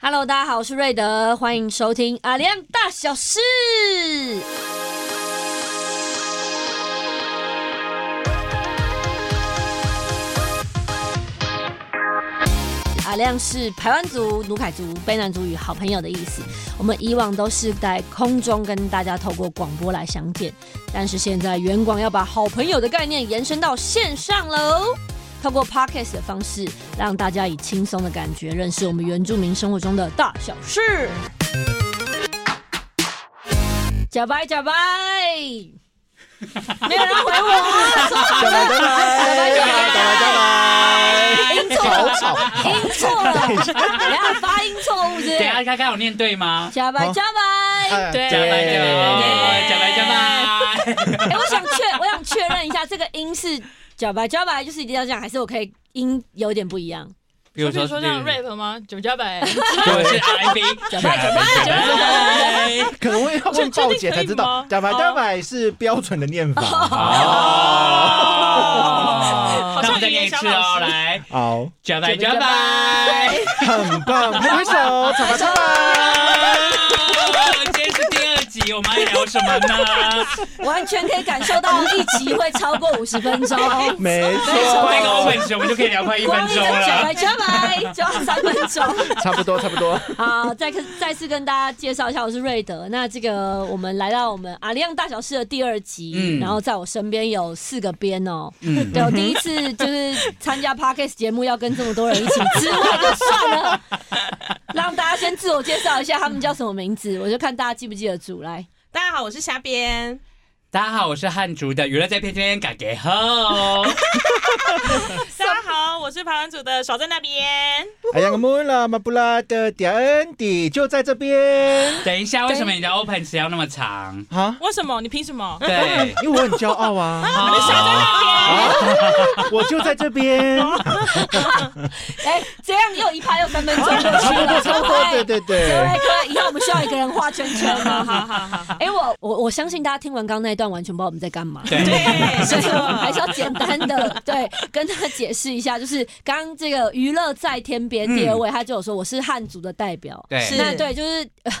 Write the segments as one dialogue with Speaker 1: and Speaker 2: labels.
Speaker 1: Hello，大家好，我是瑞德，欢迎收听阿亮大小事。阿啊亮是排湾族、努凯族、卑南族与好朋友的意思。我们以往都是在空中跟大家透过广播来相见，但是现在远广要把好朋友的概念延伸到线上喽。透过 podcast 的方式，让大家以轻松的感觉认识我们原住民生活中的大小事。假掰假掰，没有人回 我，
Speaker 2: 拜拜拜
Speaker 1: 音
Speaker 2: 拜
Speaker 1: 哎错了，
Speaker 2: 好
Speaker 1: 音错了，等一下发音错误是不
Speaker 3: 等一下哎
Speaker 1: 是？
Speaker 3: 看看我念对吗？
Speaker 1: 假掰
Speaker 2: 好
Speaker 1: 假掰，
Speaker 2: 拜
Speaker 3: 对，加白加白，加白加白。
Speaker 1: 哎、我想确我想确认一下，这个音是假掰假掰，就是一定要这样，还是我可以音有点不一样？
Speaker 3: 比
Speaker 4: 就比如说像 rap 吗？酒加百，
Speaker 3: 对，是 R&B，
Speaker 1: 假掰假掰，
Speaker 2: 可能我也要问鲍姐才知道，加白加白是标准的念法。
Speaker 3: 哦，那我们再念一次哦，来，
Speaker 2: 好，
Speaker 3: 加白加白。
Speaker 2: 很棒，拍拍手，加白加白。
Speaker 3: 哦今天是第二集，我们要聊什么呢？
Speaker 1: 完全可以感受到一集会超过五十分 钟。
Speaker 2: 没
Speaker 3: 换一个欧
Speaker 2: 错，
Speaker 3: 本熊，我们就可以聊快一分
Speaker 1: 光一
Speaker 3: 钟
Speaker 1: 个
Speaker 3: 啊
Speaker 1: 假
Speaker 3: 了
Speaker 1: 掰。假掰就要三分钟。
Speaker 2: 差不多差不多。
Speaker 1: 好，再跟再次跟大家介绍一下，我是瑞德。那这个我们来到我们阿亮大小事的第二集，
Speaker 3: 嗯
Speaker 1: 然后在我身边有四个编哦。
Speaker 3: 嗯，
Speaker 1: 对，我第一次就是参加 podcast 节目，要跟这么多人一起之外就算了，让大家先自我介绍一下，他们叫什么名字，我就看大家记不记得住。来，
Speaker 4: 大家好，我是虾边。
Speaker 3: 大家好，我是汉族的娱乐在片今天改给 后。
Speaker 4: 大家好，我是排湾组的小在那边。
Speaker 2: 哎呀，我们啦，马布拉的点恩迪就在这边
Speaker 3: 等一下，为什么你的 open 词要那么 长？
Speaker 2: 啊。
Speaker 4: 为什么？你凭什么？
Speaker 3: 对，
Speaker 2: 哎因为我很骄傲啊，
Speaker 3: 你想在那
Speaker 2: 我就在这边，
Speaker 1: 哎、这样又一趴又三分钟过去了，
Speaker 2: 差不多差不多，对对对，
Speaker 1: 对，哥，以后我们需要一个人画圈圈
Speaker 4: 好
Speaker 1: 吗？
Speaker 4: 好好好好。
Speaker 1: 哎、我我我相信大家听完刚刚那一段，完全不知道我们在干 嘛。
Speaker 4: 嗯
Speaker 3: 边？对。
Speaker 1: 所
Speaker 4: 没
Speaker 1: 以
Speaker 4: 错
Speaker 1: 我们还是要简单的 对跟他解释一下，就是刚刚这个娱乐在天边第二位，他就有说我是汉族的代表。
Speaker 3: 对
Speaker 4: 嗯是
Speaker 1: 那对，就是、呃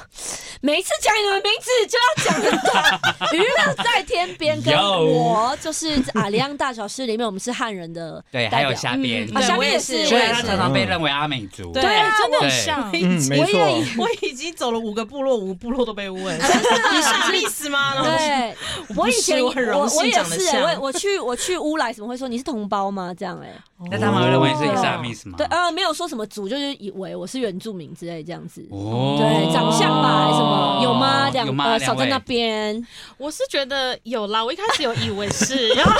Speaker 1: 每一次讲你们名字就要讲一 段娱乐在天边，跟
Speaker 3: Yo
Speaker 1: 我就是阿里安大小事里面，我们是汉人的
Speaker 3: 对，还
Speaker 1: 代
Speaker 3: 有
Speaker 1: 表。
Speaker 3: 下边，
Speaker 4: 嗯
Speaker 1: 啊，
Speaker 4: 对
Speaker 1: 下
Speaker 4: 我
Speaker 1: 面
Speaker 4: 也
Speaker 1: 也
Speaker 4: 是
Speaker 1: 是，
Speaker 3: 所
Speaker 1: 我
Speaker 3: 以
Speaker 1: 也
Speaker 3: 他
Speaker 1: 是
Speaker 3: 常常被认为阿美族。
Speaker 4: 对，
Speaker 1: 啊
Speaker 4: 真的
Speaker 3: 对
Speaker 4: 很像。
Speaker 2: 嗯，没
Speaker 1: 我也
Speaker 2: 错，
Speaker 4: 我已经走了五个部落，五部落都被问。
Speaker 1: 的
Speaker 4: 你是历史吗？然后我说
Speaker 1: 对，我以前
Speaker 4: 我很
Speaker 1: 我
Speaker 4: 荣
Speaker 1: 我
Speaker 4: 幸
Speaker 1: 也
Speaker 4: 长得
Speaker 1: 是欸，我
Speaker 4: 像。
Speaker 1: 我去我去乌来，怎么会说你是同胞吗？这样哎、欸，
Speaker 3: 那他们会认为是
Speaker 1: 哦
Speaker 3: 伊斯兰密斯吗？
Speaker 1: 对，呃，没有说什么族，就是以为我是原住民之类这样子。
Speaker 3: 哦
Speaker 1: 对，长相吧，还是什
Speaker 4: 哦
Speaker 1: 么有吗？两
Speaker 3: 有吗？
Speaker 1: 呃，
Speaker 3: 两
Speaker 1: 少在
Speaker 3: 位
Speaker 1: 那边，
Speaker 5: 我是觉得有啦，我一开始有以 为是，然后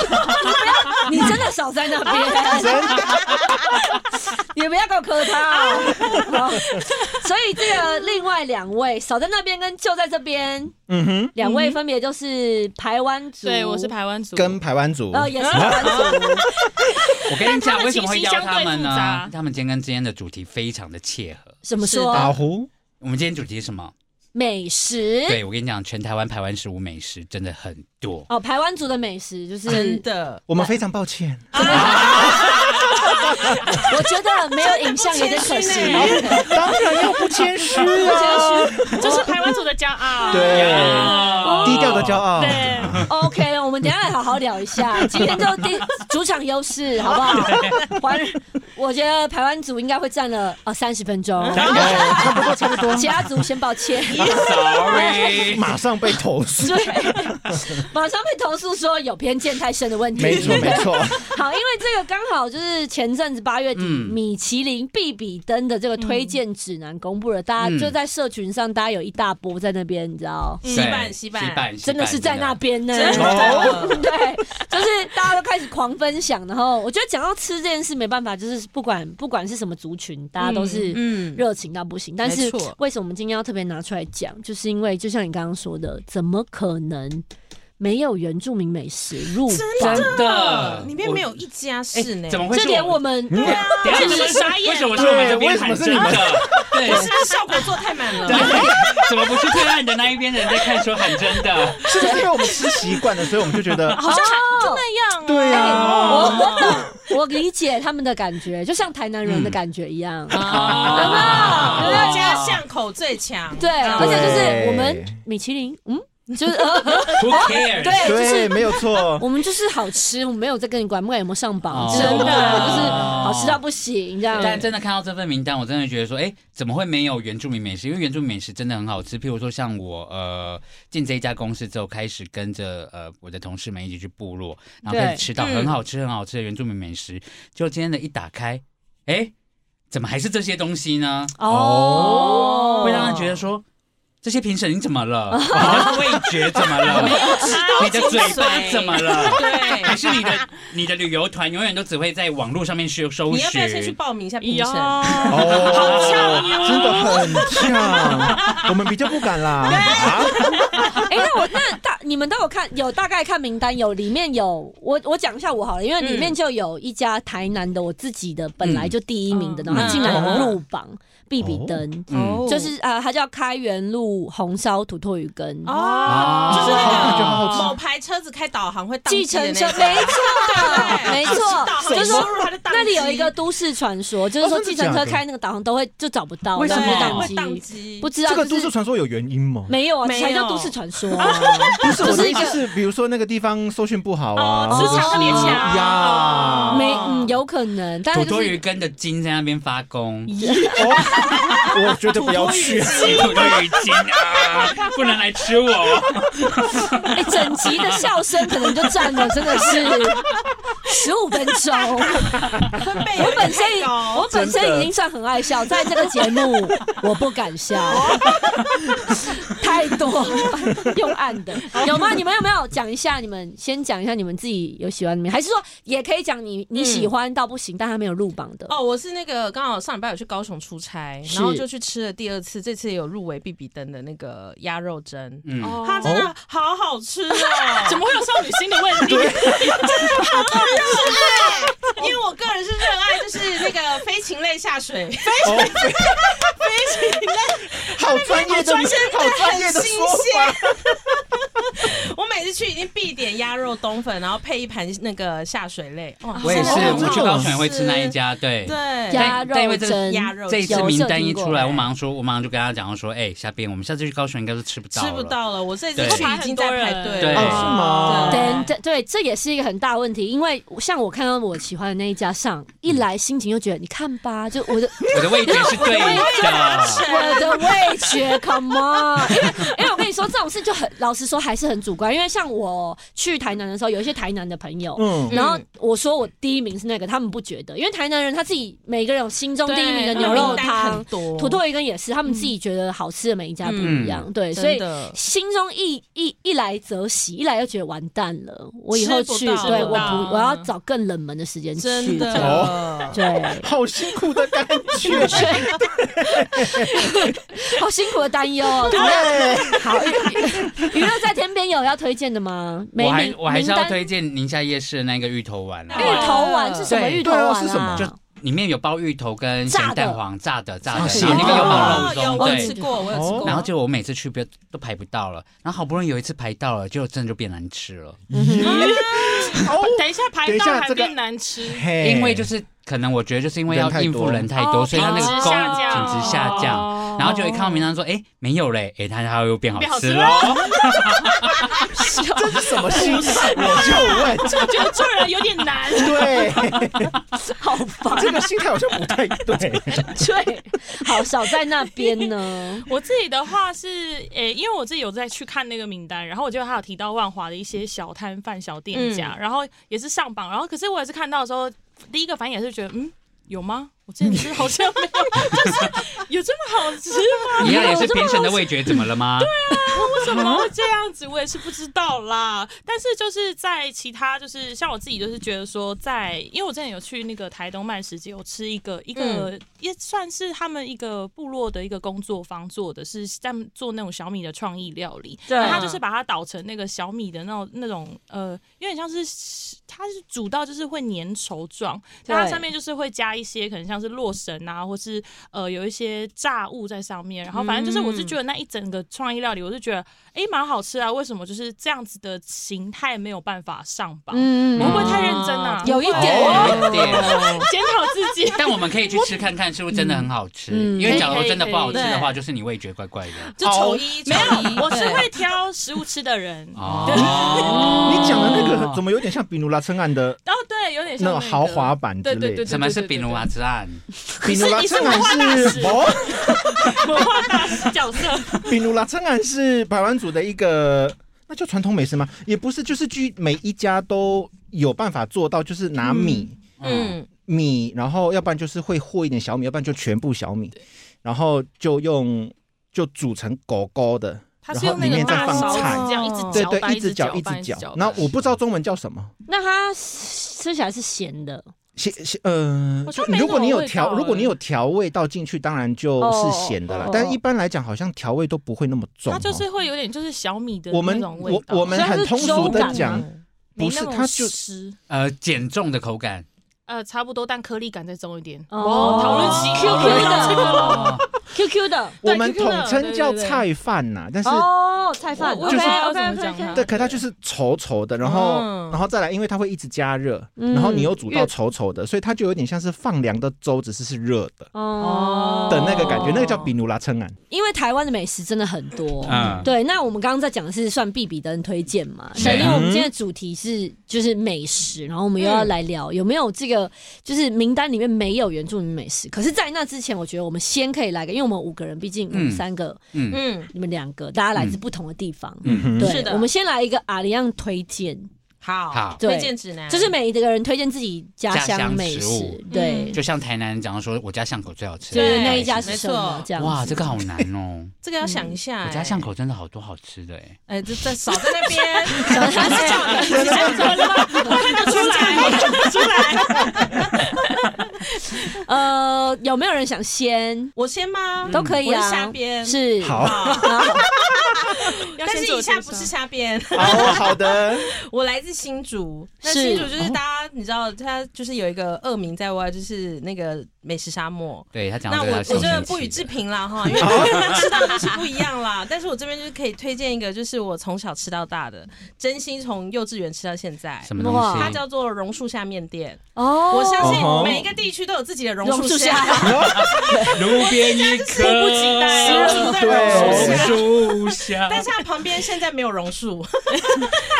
Speaker 1: 你真的少在那 边，你不要给我磕他哦。好所以这个另外两位少在那边跟就在这边，
Speaker 2: 嗯哼，
Speaker 1: 两位分别就是台湾族，
Speaker 4: 对，我是排湾组。
Speaker 2: 跟台湾组，
Speaker 1: 呃也是台湾 族，
Speaker 3: 我跟 你讲，
Speaker 5: 但他们
Speaker 3: 为什么会邀他
Speaker 5: 信
Speaker 3: 们
Speaker 5: 息相对复
Speaker 3: 呢
Speaker 5: 杂？
Speaker 3: 他们今天跟今天的主题非常的切合。
Speaker 1: 怎么
Speaker 4: 是
Speaker 2: 打
Speaker 1: 说
Speaker 2: 呼。
Speaker 3: 我们今天主题是什么？
Speaker 1: 美食？
Speaker 3: 对我跟你讲，全台湾排湾食物美食真的很多。
Speaker 1: 哦，台湾族的美食就是
Speaker 4: 真的，
Speaker 2: 我们非常抱歉，
Speaker 1: 我觉得没有影像有点 可惜。
Speaker 2: 当然要不谦虚啊，
Speaker 5: 这是台湾族的骄傲。
Speaker 2: 对，
Speaker 3: 哦
Speaker 2: 低调的骄傲，
Speaker 5: 对，
Speaker 1: OK，我们等一下来好好聊一 下，今天就第主场优势，好不好？还我觉得台湾组应该会占了呃三十分 钟，
Speaker 2: 哎差不多差不多，
Speaker 1: 其他组先抱 歉。
Speaker 3: Sorry，
Speaker 2: 马上被投诉，
Speaker 1: 马上被投诉说有偏见太深的问题。
Speaker 2: 没错没错，
Speaker 1: 好，因为这个刚好就是前阵子八月底、
Speaker 3: 嗯
Speaker 1: 米其林必比登的这个推荐指南公布了，大家
Speaker 3: 嗯
Speaker 1: 就在社群上，大家有一大波在那边，你知道。
Speaker 4: 西
Speaker 3: 对
Speaker 4: 半西半
Speaker 3: 半，
Speaker 1: 真的是在那边呢，
Speaker 4: 真的
Speaker 1: 对，就是大家都开始狂分享，然后我觉得讲到吃这件事没办法，就是不管不管是什么族群，大啊家都是
Speaker 4: 嗯，
Speaker 1: 热情到不行。但是
Speaker 4: 没错
Speaker 1: 为什么我们今天要特别拿出来讲，就是因为就像你刚刚说的，怎么可能没有原住民美食入榜？
Speaker 3: 真的，
Speaker 4: 里面没有一家
Speaker 3: 哎
Speaker 4: 是呢。
Speaker 3: 怎么会
Speaker 1: 这
Speaker 3: 是？
Speaker 1: 点我 们啊
Speaker 3: 等一下
Speaker 5: 这
Speaker 3: 为
Speaker 5: 是
Speaker 3: 什么
Speaker 5: 傻眼
Speaker 3: 为什么是我们这边喊真的？对，
Speaker 4: 是不是效果做太满了？
Speaker 3: 怎么不是对岸的那一边的人在看说喊真的？
Speaker 2: 是不是因为我们吃习惯了，所以我们就觉得，
Speaker 1: 好像真的
Speaker 4: 那样啊
Speaker 2: 对
Speaker 1: 哦我
Speaker 2: 啊，
Speaker 1: 我懂，我
Speaker 4: 嗯哎
Speaker 1: 理解他们的感觉，就像台南人的感觉一样。
Speaker 3: 啊
Speaker 1: 有没有
Speaker 4: 家口最强，嗯
Speaker 1: 对，而且就是
Speaker 2: 对
Speaker 1: 我们米其林，嗯， 就是、呃
Speaker 3: Who cares？
Speaker 1: 对，就是
Speaker 2: 对，没有错。
Speaker 1: 我们就是好吃，我们没有在跟你管不管有没有上榜，
Speaker 3: 哦
Speaker 1: 真的就
Speaker 4: 真的
Speaker 1: 是好吃到不行这样。
Speaker 3: 但真的看到这份名单，我真的觉得说，哎、怎么会没有原住民美食？因为原住民美食真的很好吃。譬如说，像我呃进这一家公司之后，开始跟着呃我的同事们一起去部落，然后开
Speaker 1: 对
Speaker 3: 始吃到
Speaker 4: 嗯
Speaker 3: 很好吃、很好吃的原住民美食。就今天的一打开，哎、怎么还是这些东西呢？
Speaker 1: 哦，
Speaker 3: 会让人觉得说，这些评审你怎么 了？你的味觉怎么了？你的嘴巴怎么了？
Speaker 4: 对
Speaker 3: 还是你的你的旅游团永远都只会在网络上面去搜
Speaker 4: 你
Speaker 3: 寻
Speaker 4: 要？不要先去报名一下评审？
Speaker 2: 哦，
Speaker 5: 呀，
Speaker 1: 啊
Speaker 2: 真的很像，我们比较不敢啦。啊，
Speaker 1: 哎、那我那大你们都有看，有大概看名单，有里面有我我讲一下我好了，因为里面就有一家台南的我自己的本来就第一名的，
Speaker 5: 嗯
Speaker 1: 然后他竟然
Speaker 4: 嗯
Speaker 1: 入榜，必比登，
Speaker 3: 嗯
Speaker 1: 就是呃，它叫开元路红烧土托鱼羹。啊
Speaker 4: 哦，就是
Speaker 2: 哦就
Speaker 4: 那
Speaker 2: 好
Speaker 4: 个
Speaker 2: 吃
Speaker 4: 某牌车子开导航会宕
Speaker 1: 计
Speaker 4: 机的
Speaker 1: 程车，
Speaker 4: 那种
Speaker 1: 没错，
Speaker 4: 对
Speaker 1: 没
Speaker 4: 导
Speaker 1: 错，
Speaker 4: 航
Speaker 1: 就是说
Speaker 4: 输入它就宕机
Speaker 1: 那里有一个都市传说，就是说计程车开那个导航都会就找不到，
Speaker 2: 哦为
Speaker 4: 对
Speaker 2: 什么
Speaker 1: 然后
Speaker 4: 会
Speaker 1: 就
Speaker 4: 宕
Speaker 1: 宕机？
Speaker 4: 机，
Speaker 1: 不知道
Speaker 2: 这个
Speaker 1: 就
Speaker 2: 都市
Speaker 1: 是
Speaker 2: 传说有原因吗？
Speaker 1: 没有啊，
Speaker 4: 没有
Speaker 1: 才叫都市传说啊，
Speaker 2: 不是，
Speaker 1: 就
Speaker 2: 我的
Speaker 1: 是一
Speaker 2: 意
Speaker 1: 个
Speaker 2: 思是，比如说那个地方搜寻不好啊，
Speaker 4: 哦，磁场特别强
Speaker 2: 或者是呀。
Speaker 1: 没嗯有可能，但
Speaker 3: 土
Speaker 1: 是
Speaker 3: 托
Speaker 1: 就
Speaker 3: 鱼
Speaker 1: 是
Speaker 3: 跟着筋在那边发功，
Speaker 2: 哦，我觉得不要去。
Speaker 3: 土托鱼筋啊，不能来吃我。
Speaker 1: 哎，整集的笑声可能就占了真的 是十五分钟。
Speaker 4: 分贝
Speaker 1: 我本身
Speaker 4: 有
Speaker 1: 我 本
Speaker 2: 真
Speaker 1: 身
Speaker 2: 的
Speaker 1: 已经算很爱笑，在这个节目哦我不敢笑， 太多 用暗的有吗？你们有没有讲一下？你们先讲一下你们自己有喜欢的名，还是说也可以讲你你喜欢到不行，但他没有入榜的？
Speaker 4: 哦，我是那个刚好上礼拜有去高雄出差，
Speaker 1: 是
Speaker 4: 然后就去吃了第二次，这次也有入围必比登的那个鸭肉蒸，
Speaker 3: 嗯，
Speaker 4: 它真的好好吃哦！
Speaker 5: 怎么会有少女心的问题？哦
Speaker 4: 因为我个人是热爱就是那个飞禽类下水，
Speaker 2: 哦， 好专业的，好专业的说法。
Speaker 4: 我每次去一定必点鸭肉冬粉，然后配一盘那个下水类。哇
Speaker 3: 我也是，
Speaker 2: 哦真的
Speaker 3: 我去高雄也会
Speaker 4: 好
Speaker 3: 吃那一家，对。
Speaker 4: 对，
Speaker 1: 鸭肉
Speaker 3: 但因为这
Speaker 1: 蒸，
Speaker 4: 鸭肉
Speaker 3: 这一次
Speaker 1: 有
Speaker 3: 名
Speaker 1: 色
Speaker 3: 单
Speaker 1: 听
Speaker 3: 一
Speaker 1: 过
Speaker 3: 出来，
Speaker 1: 哎
Speaker 3: 我马上说，我马上就跟他讲说，哎，下边我们下次去高雄应该是吃不到，
Speaker 4: 吃不。到了。我这次
Speaker 3: 对
Speaker 4: 去已经在排队
Speaker 3: 对
Speaker 2: 哦，
Speaker 4: 了。
Speaker 2: 是吗？
Speaker 1: 对对对，这也是一个很大问题，因为像我看到我喜欢的那一家上，一来心情就觉得，你看吧，就我的
Speaker 3: 我的味觉是对的，
Speaker 1: 我的味觉 ，come on！因为因为我跟你说这种事就很，老实说还是很主观。因为像我去台南的时候，有一些台南的朋友，
Speaker 2: 嗯，
Speaker 1: 然后我说我第一名是那个，他们不觉得，因为台南人他自己每个人有心中第一名的
Speaker 5: 对
Speaker 1: 牛肉
Speaker 4: 名单很
Speaker 1: 汤、
Speaker 4: 多，
Speaker 1: 土豆鱼羹也是，他们自己觉得好吃的每一家不一样，对，所
Speaker 4: 嗯真
Speaker 1: 以。
Speaker 4: 的
Speaker 1: 心中一一一来则喜，一来就觉得完蛋了，我以后
Speaker 4: 吃不
Speaker 1: 去，
Speaker 4: 到
Speaker 1: 对
Speaker 4: 吃
Speaker 1: 我
Speaker 4: 不
Speaker 1: 不
Speaker 4: 到
Speaker 1: 我要找更冷门的时间去，
Speaker 4: 真
Speaker 1: 这样
Speaker 3: 哦
Speaker 4: 的。
Speaker 1: 对。
Speaker 2: 好辛苦的感觉。
Speaker 1: 好辛苦的担忧哦。
Speaker 4: 啊
Speaker 1: 对，好，娱乐在天边有要推荐的吗？没
Speaker 3: 我还
Speaker 1: 名
Speaker 3: 我还是
Speaker 1: 名
Speaker 3: 要
Speaker 1: 单哎
Speaker 3: 推荐宁夏夜市的那个芋头丸
Speaker 1: 芋
Speaker 3: 啊，
Speaker 1: 头丸是什么？
Speaker 3: 对
Speaker 1: 芋头丸啊
Speaker 2: 对啊是什么
Speaker 3: 就里面有包芋头跟咸蛋黄炸的炸的，
Speaker 2: 啊是
Speaker 3: 然后里面有包
Speaker 4: 哦
Speaker 3: 肉
Speaker 4: 有
Speaker 3: 松，
Speaker 4: 我有
Speaker 3: 对
Speaker 4: 吃。过，我有吃
Speaker 2: 哦
Speaker 4: 过。
Speaker 3: 然后就我每次去不都排不到了，然后好不容易有一次排到了，就真的就变难吃了，
Speaker 2: 哦，
Speaker 5: 等一下
Speaker 2: 等
Speaker 5: 排
Speaker 2: 一
Speaker 5: 到
Speaker 2: 下
Speaker 5: 还
Speaker 2: 这个
Speaker 5: 变难吃。
Speaker 2: 嘿
Speaker 3: 因为就是可能我觉得就是因为要
Speaker 2: 哎人太
Speaker 3: 应付
Speaker 2: 多
Speaker 3: 人太多，所以它那个
Speaker 5: 哦品质
Speaker 3: 工
Speaker 5: 下降
Speaker 3: 品质下降，
Speaker 5: 哦
Speaker 3: 然后就一看到名单说，哎，没有嘞，哎，它它又变好
Speaker 5: 变好
Speaker 3: 吃
Speaker 5: 吃
Speaker 3: 了。
Speaker 2: 这是什么心情？我就问。。
Speaker 5: 我觉得做人有点难
Speaker 2: 对，
Speaker 1: 好烦，
Speaker 2: 这个心态好像不太对。
Speaker 1: 对，好少在那边 呢。
Speaker 5: 我自己的话是，诶、因为我自己有在去看那个名单，然后我就还有提到万华的一些小摊贩、小店家，然后也是上榜，然后可是我也是看到的时候，第一个反应也是觉得，嗯，有吗？我之前吃好像没有， 就是有这么好吃吗？
Speaker 3: 一样 也是评审的味觉怎么了吗？
Speaker 5: 为什么会这样子？我也是不知道啦。但是就是在其他，就是像我自己，就是觉得说在，因为我之前有去那个台东慢食街，有吃一个一个、也算是他们一个部落的一个工作坊做的是他们做那种小米的创意料理，
Speaker 2: 嗯
Speaker 1: 对
Speaker 5: 然后他就是把它捣成那个小米的那种那种呃，有点像是它是煮到就是会粘稠状，所以它
Speaker 1: 对
Speaker 5: 上面就是会加一些可能像像是洛神啊，或是呃有一些炸物在上面。然后反正就是，我是觉得那一整个创意料理，我是觉得哎蛮好吃啊。为什么就是这样子的形态没有办法上榜？
Speaker 1: 嗯
Speaker 5: 我会不会太认真啊？
Speaker 1: 有一点
Speaker 3: 哦有一点
Speaker 5: 检讨自 己。
Speaker 3: 但我们可以去吃看看，是不是真的很好吃？
Speaker 1: 嗯
Speaker 3: 因为假
Speaker 5: 可
Speaker 3: 如
Speaker 5: 以
Speaker 3: 真的不好吃的
Speaker 4: 可
Speaker 3: 话，就是你味觉怪怪的。
Speaker 4: 就丑一
Speaker 5: 没
Speaker 4: 丑一
Speaker 5: 有，我是
Speaker 4: 对
Speaker 5: 会挑食物吃的人。
Speaker 3: 哦，
Speaker 2: 你讲的那个怎
Speaker 3: 么
Speaker 2: 么有点像比努拉称岸的
Speaker 5: 哦，对，有点像
Speaker 2: 那
Speaker 5: 个
Speaker 2: 种豪华版之
Speaker 5: 对对
Speaker 2: 类
Speaker 5: 对
Speaker 2: 的？
Speaker 5: 对，
Speaker 3: 什么是比 努瓦之岸？
Speaker 2: 比努拉称岸
Speaker 5: 你是
Speaker 2: 是
Speaker 5: 文
Speaker 2: 哦，
Speaker 5: 文化大师角色？
Speaker 2: 比努拉称岸是台湾组的一个，那叫传统美食吗？也不是，就是据每一家都有办法做到，就是拿米。
Speaker 3: 嗯，
Speaker 4: 嗯，
Speaker 2: 米，然后要不然就是会和一点小米，要不然就全部小米，然后就用就煮成狗狗的，
Speaker 5: 他
Speaker 2: 然
Speaker 5: 是
Speaker 2: 后
Speaker 5: 用
Speaker 2: 里
Speaker 5: 那
Speaker 2: 面
Speaker 5: 个
Speaker 2: 再
Speaker 5: 大
Speaker 2: 放
Speaker 5: 勺子
Speaker 2: 菜，
Speaker 5: 这样一直
Speaker 2: 对
Speaker 5: 搅
Speaker 2: 对，
Speaker 5: 拌，
Speaker 2: 一直
Speaker 5: 搅
Speaker 2: 搅一直
Speaker 5: 一直
Speaker 2: 搅。那我不知道中文叫什么，
Speaker 1: 那它吃起来是咸的，
Speaker 2: 咸咸呃
Speaker 5: 好像，没
Speaker 2: 如果
Speaker 5: 什么
Speaker 2: 你有
Speaker 5: 味道
Speaker 2: 调，如果你
Speaker 5: 欸
Speaker 2: 有调味道进去，当然就是咸的
Speaker 1: 哦
Speaker 2: 啦
Speaker 1: 哦。
Speaker 2: 但一般来讲，好像调味都不会那么重哦。
Speaker 5: 它就是会有点就是小米的
Speaker 2: 我
Speaker 5: 那
Speaker 2: 们
Speaker 5: 种味
Speaker 2: 我
Speaker 5: 道，
Speaker 2: 我们
Speaker 1: 所以它
Speaker 2: 很
Speaker 1: 是
Speaker 2: 通
Speaker 1: 粥
Speaker 2: 俗的
Speaker 1: 感
Speaker 2: 讲
Speaker 1: 吗，
Speaker 2: 不
Speaker 5: 没
Speaker 2: 是
Speaker 5: 那么
Speaker 2: 它就
Speaker 5: 湿
Speaker 3: 呃，减重的口感。
Speaker 5: 呃差不多，但颗粒感再重一点。
Speaker 1: 哦
Speaker 5: 讨论起
Speaker 1: QQ
Speaker 5: 这 个
Speaker 1: 的
Speaker 5: 了。
Speaker 3: 哦
Speaker 1: ，QQ 的
Speaker 2: 我
Speaker 5: 对
Speaker 2: 们
Speaker 5: 就是
Speaker 2: 统
Speaker 5: 那种
Speaker 2: 称
Speaker 5: 对
Speaker 2: 叫
Speaker 5: 对对
Speaker 2: 菜饭呐，但是
Speaker 1: 哦，菜饭
Speaker 5: 我
Speaker 2: 我也不知
Speaker 1: ，OK
Speaker 5: 道
Speaker 1: OK
Speaker 5: 怎么
Speaker 1: OK
Speaker 5: 讲它
Speaker 1: OK，
Speaker 2: 对，可它就是稠稠的，然后、
Speaker 4: 嗯
Speaker 2: 然后再来，因为它会一直加热，然后你又煮
Speaker 1: 嗯
Speaker 2: 到稠稠的，所以它就有点像是放凉的粥，只是是热的
Speaker 1: 哦
Speaker 2: 的那个感觉，
Speaker 4: 哦
Speaker 2: 那个叫比努拉称啊岸。
Speaker 1: 因为台湾的美食真的很多，
Speaker 3: 嗯
Speaker 1: 对。那我们刚刚在讲的是算必比登推荐嘛？
Speaker 3: 是
Speaker 1: 那因为我们今天的主题是就是美食，然后我们又要来聊有没有这个就是名单里面没有原住民美食。可是，在那之前，我觉得我们先可以来个，因为我们五个人，毕竟我们
Speaker 3: 嗯
Speaker 1: 三个，
Speaker 3: 嗯
Speaker 4: 嗯，
Speaker 1: 你们两个，大家来自不同的地方。
Speaker 3: 嗯，
Speaker 1: 对，
Speaker 4: 是的
Speaker 1: 我们先来一个阿里样推荐，
Speaker 4: 好
Speaker 3: 好
Speaker 1: 对
Speaker 4: 推荐指南，
Speaker 1: 就是每一个人推荐自己家
Speaker 3: 家乡
Speaker 1: 乡美
Speaker 3: 食
Speaker 1: 食
Speaker 3: 物，
Speaker 1: 对，
Speaker 4: 嗯
Speaker 3: 就像台南人讲到说，我家巷口最好吃，
Speaker 1: 就是那一家
Speaker 4: 没
Speaker 1: 是什
Speaker 4: 错
Speaker 1: 么这样子。
Speaker 3: 哇，这个好难哦。
Speaker 4: 这个要想一下，
Speaker 3: 我
Speaker 4: 哎
Speaker 3: 家巷口真的好多好吃的哎，
Speaker 4: 哎，这这少在那 边，
Speaker 1: 小他是叫的，是了吗？
Speaker 5: 出来，出来，
Speaker 1: 呃，有没有人想先？
Speaker 4: 我先吗？
Speaker 1: 都可以
Speaker 4: 我
Speaker 1: 啊，
Speaker 4: 是下边
Speaker 1: 是
Speaker 2: 好，
Speaker 5: 要
Speaker 4: 但
Speaker 5: 先
Speaker 4: 是
Speaker 5: 做
Speaker 4: 以下
Speaker 5: 介
Speaker 4: 不
Speaker 5: 绍
Speaker 4: 是虾边，
Speaker 2: 好哦好的，
Speaker 4: 我来自新竹。那
Speaker 1: 是
Speaker 4: 新竹
Speaker 5: 哦
Speaker 4: 就是大家你知道，它就是有一个恶名在外，就是那个美食沙漠。
Speaker 3: 对他讲
Speaker 4: 那
Speaker 3: 到这
Speaker 4: 我
Speaker 3: 个
Speaker 4: 我
Speaker 3: 还是
Speaker 4: 这
Speaker 3: 有生
Speaker 4: 个
Speaker 3: 气的，
Speaker 4: 不予置评 啦哈，因为吃到就是不一样啦。但是我这边就是可以推荐一个，就是我从小吃到大的，真心从幼稚园吃到现在。
Speaker 3: 什么东西？
Speaker 1: 哇
Speaker 4: 它叫做榕树下面店，
Speaker 1: 哦，
Speaker 4: 我相
Speaker 2: 哦
Speaker 4: 信每一个地区都有自己 的榕
Speaker 1: 榕
Speaker 4: 树
Speaker 1: 树
Speaker 4: 下。
Speaker 3: 哦
Speaker 1: 下，
Speaker 3: 路边一棵
Speaker 5: 迫不及待了
Speaker 4: 新竹在啊榕树
Speaker 2: 对
Speaker 4: 下，
Speaker 3: 榕树下
Speaker 4: 但是它旁边现在没有榕树。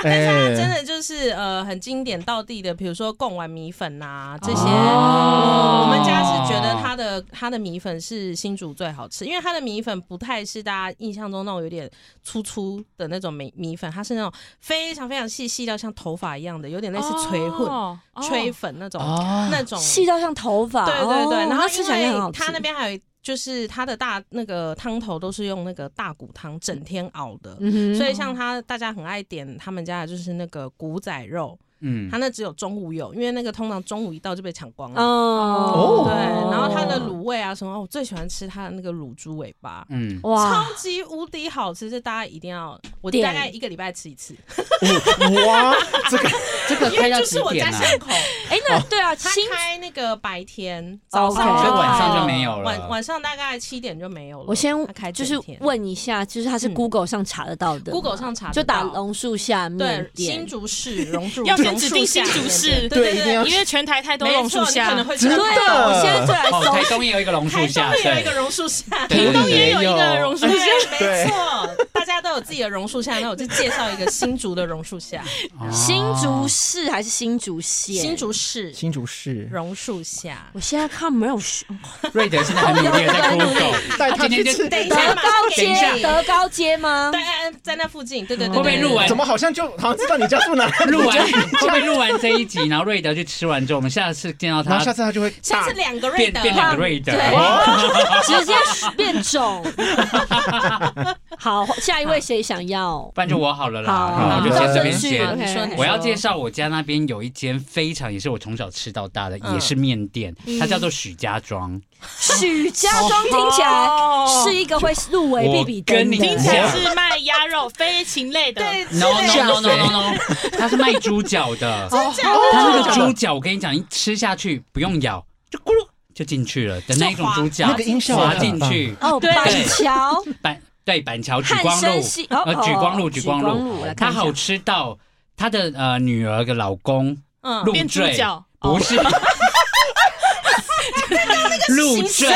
Speaker 2: 哎
Speaker 4: 真的就是呃很经典到地的，比如说贡丸米粉呐、这些。
Speaker 3: 哦
Speaker 4: 我们家是觉得它的它的米粉是新竹最好吃，因为它的米粉不太是大家印象中那种有点粗粗的那种米米粉，它是那种非常非常细细到像头发一样的，有点类似吹混、
Speaker 5: 哦哦
Speaker 4: 吹粉那种、
Speaker 3: 哦，
Speaker 4: 那种。
Speaker 1: 细到像头发，
Speaker 4: 对对对，
Speaker 1: 哦
Speaker 4: 然后
Speaker 1: 那吃起来也很
Speaker 4: 因
Speaker 1: 好
Speaker 4: 为
Speaker 1: 吃。
Speaker 4: 它那边还有就是它的大那个汤头都是用那个大骨汤整天熬的，
Speaker 1: 嗯哼，
Speaker 4: 所以像他大家很爱点他们家的就是那个古仔肉，
Speaker 3: 嗯
Speaker 4: 他，那只有中午有，因为那个通常中午一到就被抢光了。
Speaker 1: 哦
Speaker 2: 哦
Speaker 4: 对，然后它的卤味啊什么，我最喜欢吃它的那个卤猪尾巴，
Speaker 3: 嗯，
Speaker 1: 哇
Speaker 4: 超级无敌好吃，这大家一定要，我
Speaker 1: 点
Speaker 4: 大概一个礼拜吃一次，
Speaker 2: 哦哇，这个
Speaker 3: 这个
Speaker 4: 因
Speaker 3: 开
Speaker 4: 为
Speaker 3: 到
Speaker 4: 就
Speaker 3: 几
Speaker 4: 是我
Speaker 3: 点
Speaker 4: 家
Speaker 3: 啊？
Speaker 4: 巷口，
Speaker 1: 哎那对啊，
Speaker 4: 它
Speaker 1: 新
Speaker 4: 开那个白天早
Speaker 1: OK
Speaker 4: 上
Speaker 3: 哦啊
Speaker 1: 所以晚上
Speaker 3: 就没有了
Speaker 4: 晚晚上大概七点就没有了。
Speaker 1: 我先
Speaker 4: 它开
Speaker 1: 就
Speaker 4: 整
Speaker 1: 是
Speaker 4: 天
Speaker 1: 问一下，就是它是
Speaker 4: 嗯
Speaker 1: Google 上查得到的吗
Speaker 4: Google 上查得
Speaker 1: 就打
Speaker 4: 到
Speaker 1: 榕树下面
Speaker 4: 对新
Speaker 1: 店，
Speaker 4: 竹市榕树
Speaker 5: 要先
Speaker 4: 榕
Speaker 5: 指
Speaker 4: 树
Speaker 5: 定
Speaker 4: 下
Speaker 5: 新竹
Speaker 4: 面
Speaker 5: 市
Speaker 4: 店
Speaker 2: 对
Speaker 4: 对
Speaker 2: 一定要
Speaker 5: 因为全台太多
Speaker 4: 没
Speaker 5: 榕
Speaker 4: 错
Speaker 5: 树
Speaker 4: 你可
Speaker 5: 下
Speaker 4: 能，会
Speaker 2: 真
Speaker 4: 知道
Speaker 2: 的
Speaker 1: 对，我现在就来
Speaker 3: 哦，台
Speaker 1: 搜。
Speaker 3: 东也有一个榕树
Speaker 4: 台
Speaker 3: 下，
Speaker 4: 东也哎有
Speaker 3: 对
Speaker 4: 一个，榕树下，
Speaker 3: 对
Speaker 5: 屏东也有一个
Speaker 3: 对
Speaker 5: 榕树下。
Speaker 4: 对，
Speaker 2: 对
Speaker 4: 没错，大家都有自己的榕树下，那我就介绍一个新竹的榕树下，
Speaker 2: 啊
Speaker 3: 哦
Speaker 1: 新竹市还是新竹县？
Speaker 4: 新，竹市
Speaker 2: 新竹市，
Speaker 4: 榕树下。
Speaker 1: 我现在看没有学
Speaker 3: 瑞德现在很努力地在 Google，
Speaker 2: 带他
Speaker 3: 今
Speaker 2: 去
Speaker 3: 天就
Speaker 2: 吃，
Speaker 4: 等一
Speaker 1: 德
Speaker 4: 下，马上
Speaker 1: 高
Speaker 4: 给
Speaker 1: 街，
Speaker 4: 你。
Speaker 1: 德高街吗？
Speaker 4: 对，哎在那附近，对对对，
Speaker 3: 会不会
Speaker 4: 对
Speaker 3: 录完
Speaker 2: 怎么好像就好像知道你家住哪？
Speaker 3: 录完会不会录完这一集，然后瑞德去吃完之后，我们下次见到
Speaker 2: 然后下
Speaker 3: 他
Speaker 2: 次他就会
Speaker 4: 下
Speaker 2: 大
Speaker 4: 次两个瑞
Speaker 3: 变
Speaker 4: 德，
Speaker 3: 变两个啊哦瑞德，
Speaker 1: 对
Speaker 3: 哇
Speaker 1: 直接变种。 好，下一位谁想要？
Speaker 3: 不然就我好了
Speaker 1: 好，
Speaker 3: 啦，
Speaker 2: 好
Speaker 3: 我就
Speaker 1: 照
Speaker 3: 在这边
Speaker 1: 顺序
Speaker 3: 写
Speaker 1: 吗。
Speaker 4: 你说你
Speaker 3: 嗯我要介绍我家那边有一间非常也是我从小吃到大的，
Speaker 4: 嗯
Speaker 3: 也是面店，它叫做许家庄。
Speaker 1: 许家庄听起来是一个会入围必比登
Speaker 3: 我跟
Speaker 1: 的，
Speaker 3: 你
Speaker 5: 听起来哦是卖鸭肉、飞禽类的，
Speaker 4: 对，是
Speaker 3: No
Speaker 4: 的
Speaker 3: no no no no no，它是卖猪脚的，
Speaker 2: 哦
Speaker 4: 假的
Speaker 3: 它那个猪脚我跟你讲，一吃下去不用咬，就咕噜就进去了的那一种
Speaker 5: 就滑
Speaker 3: 主角，
Speaker 2: 那个音效
Speaker 3: 滑
Speaker 2: 很
Speaker 3: 进
Speaker 2: 棒
Speaker 3: 去
Speaker 1: 哦，
Speaker 5: 对
Speaker 1: 板桥
Speaker 3: 板对板桥举
Speaker 1: 汉
Speaker 3: 光路
Speaker 1: 生，西哦
Speaker 3: 呃，举光路，
Speaker 1: 举
Speaker 3: 举光路，
Speaker 1: 我来看
Speaker 3: 它
Speaker 1: 一下
Speaker 3: 好吃到他的呃女儿跟老公
Speaker 4: 嗯
Speaker 3: 入
Speaker 5: 啊变哦主
Speaker 3: 赘，
Speaker 5: 角
Speaker 3: 不是入赘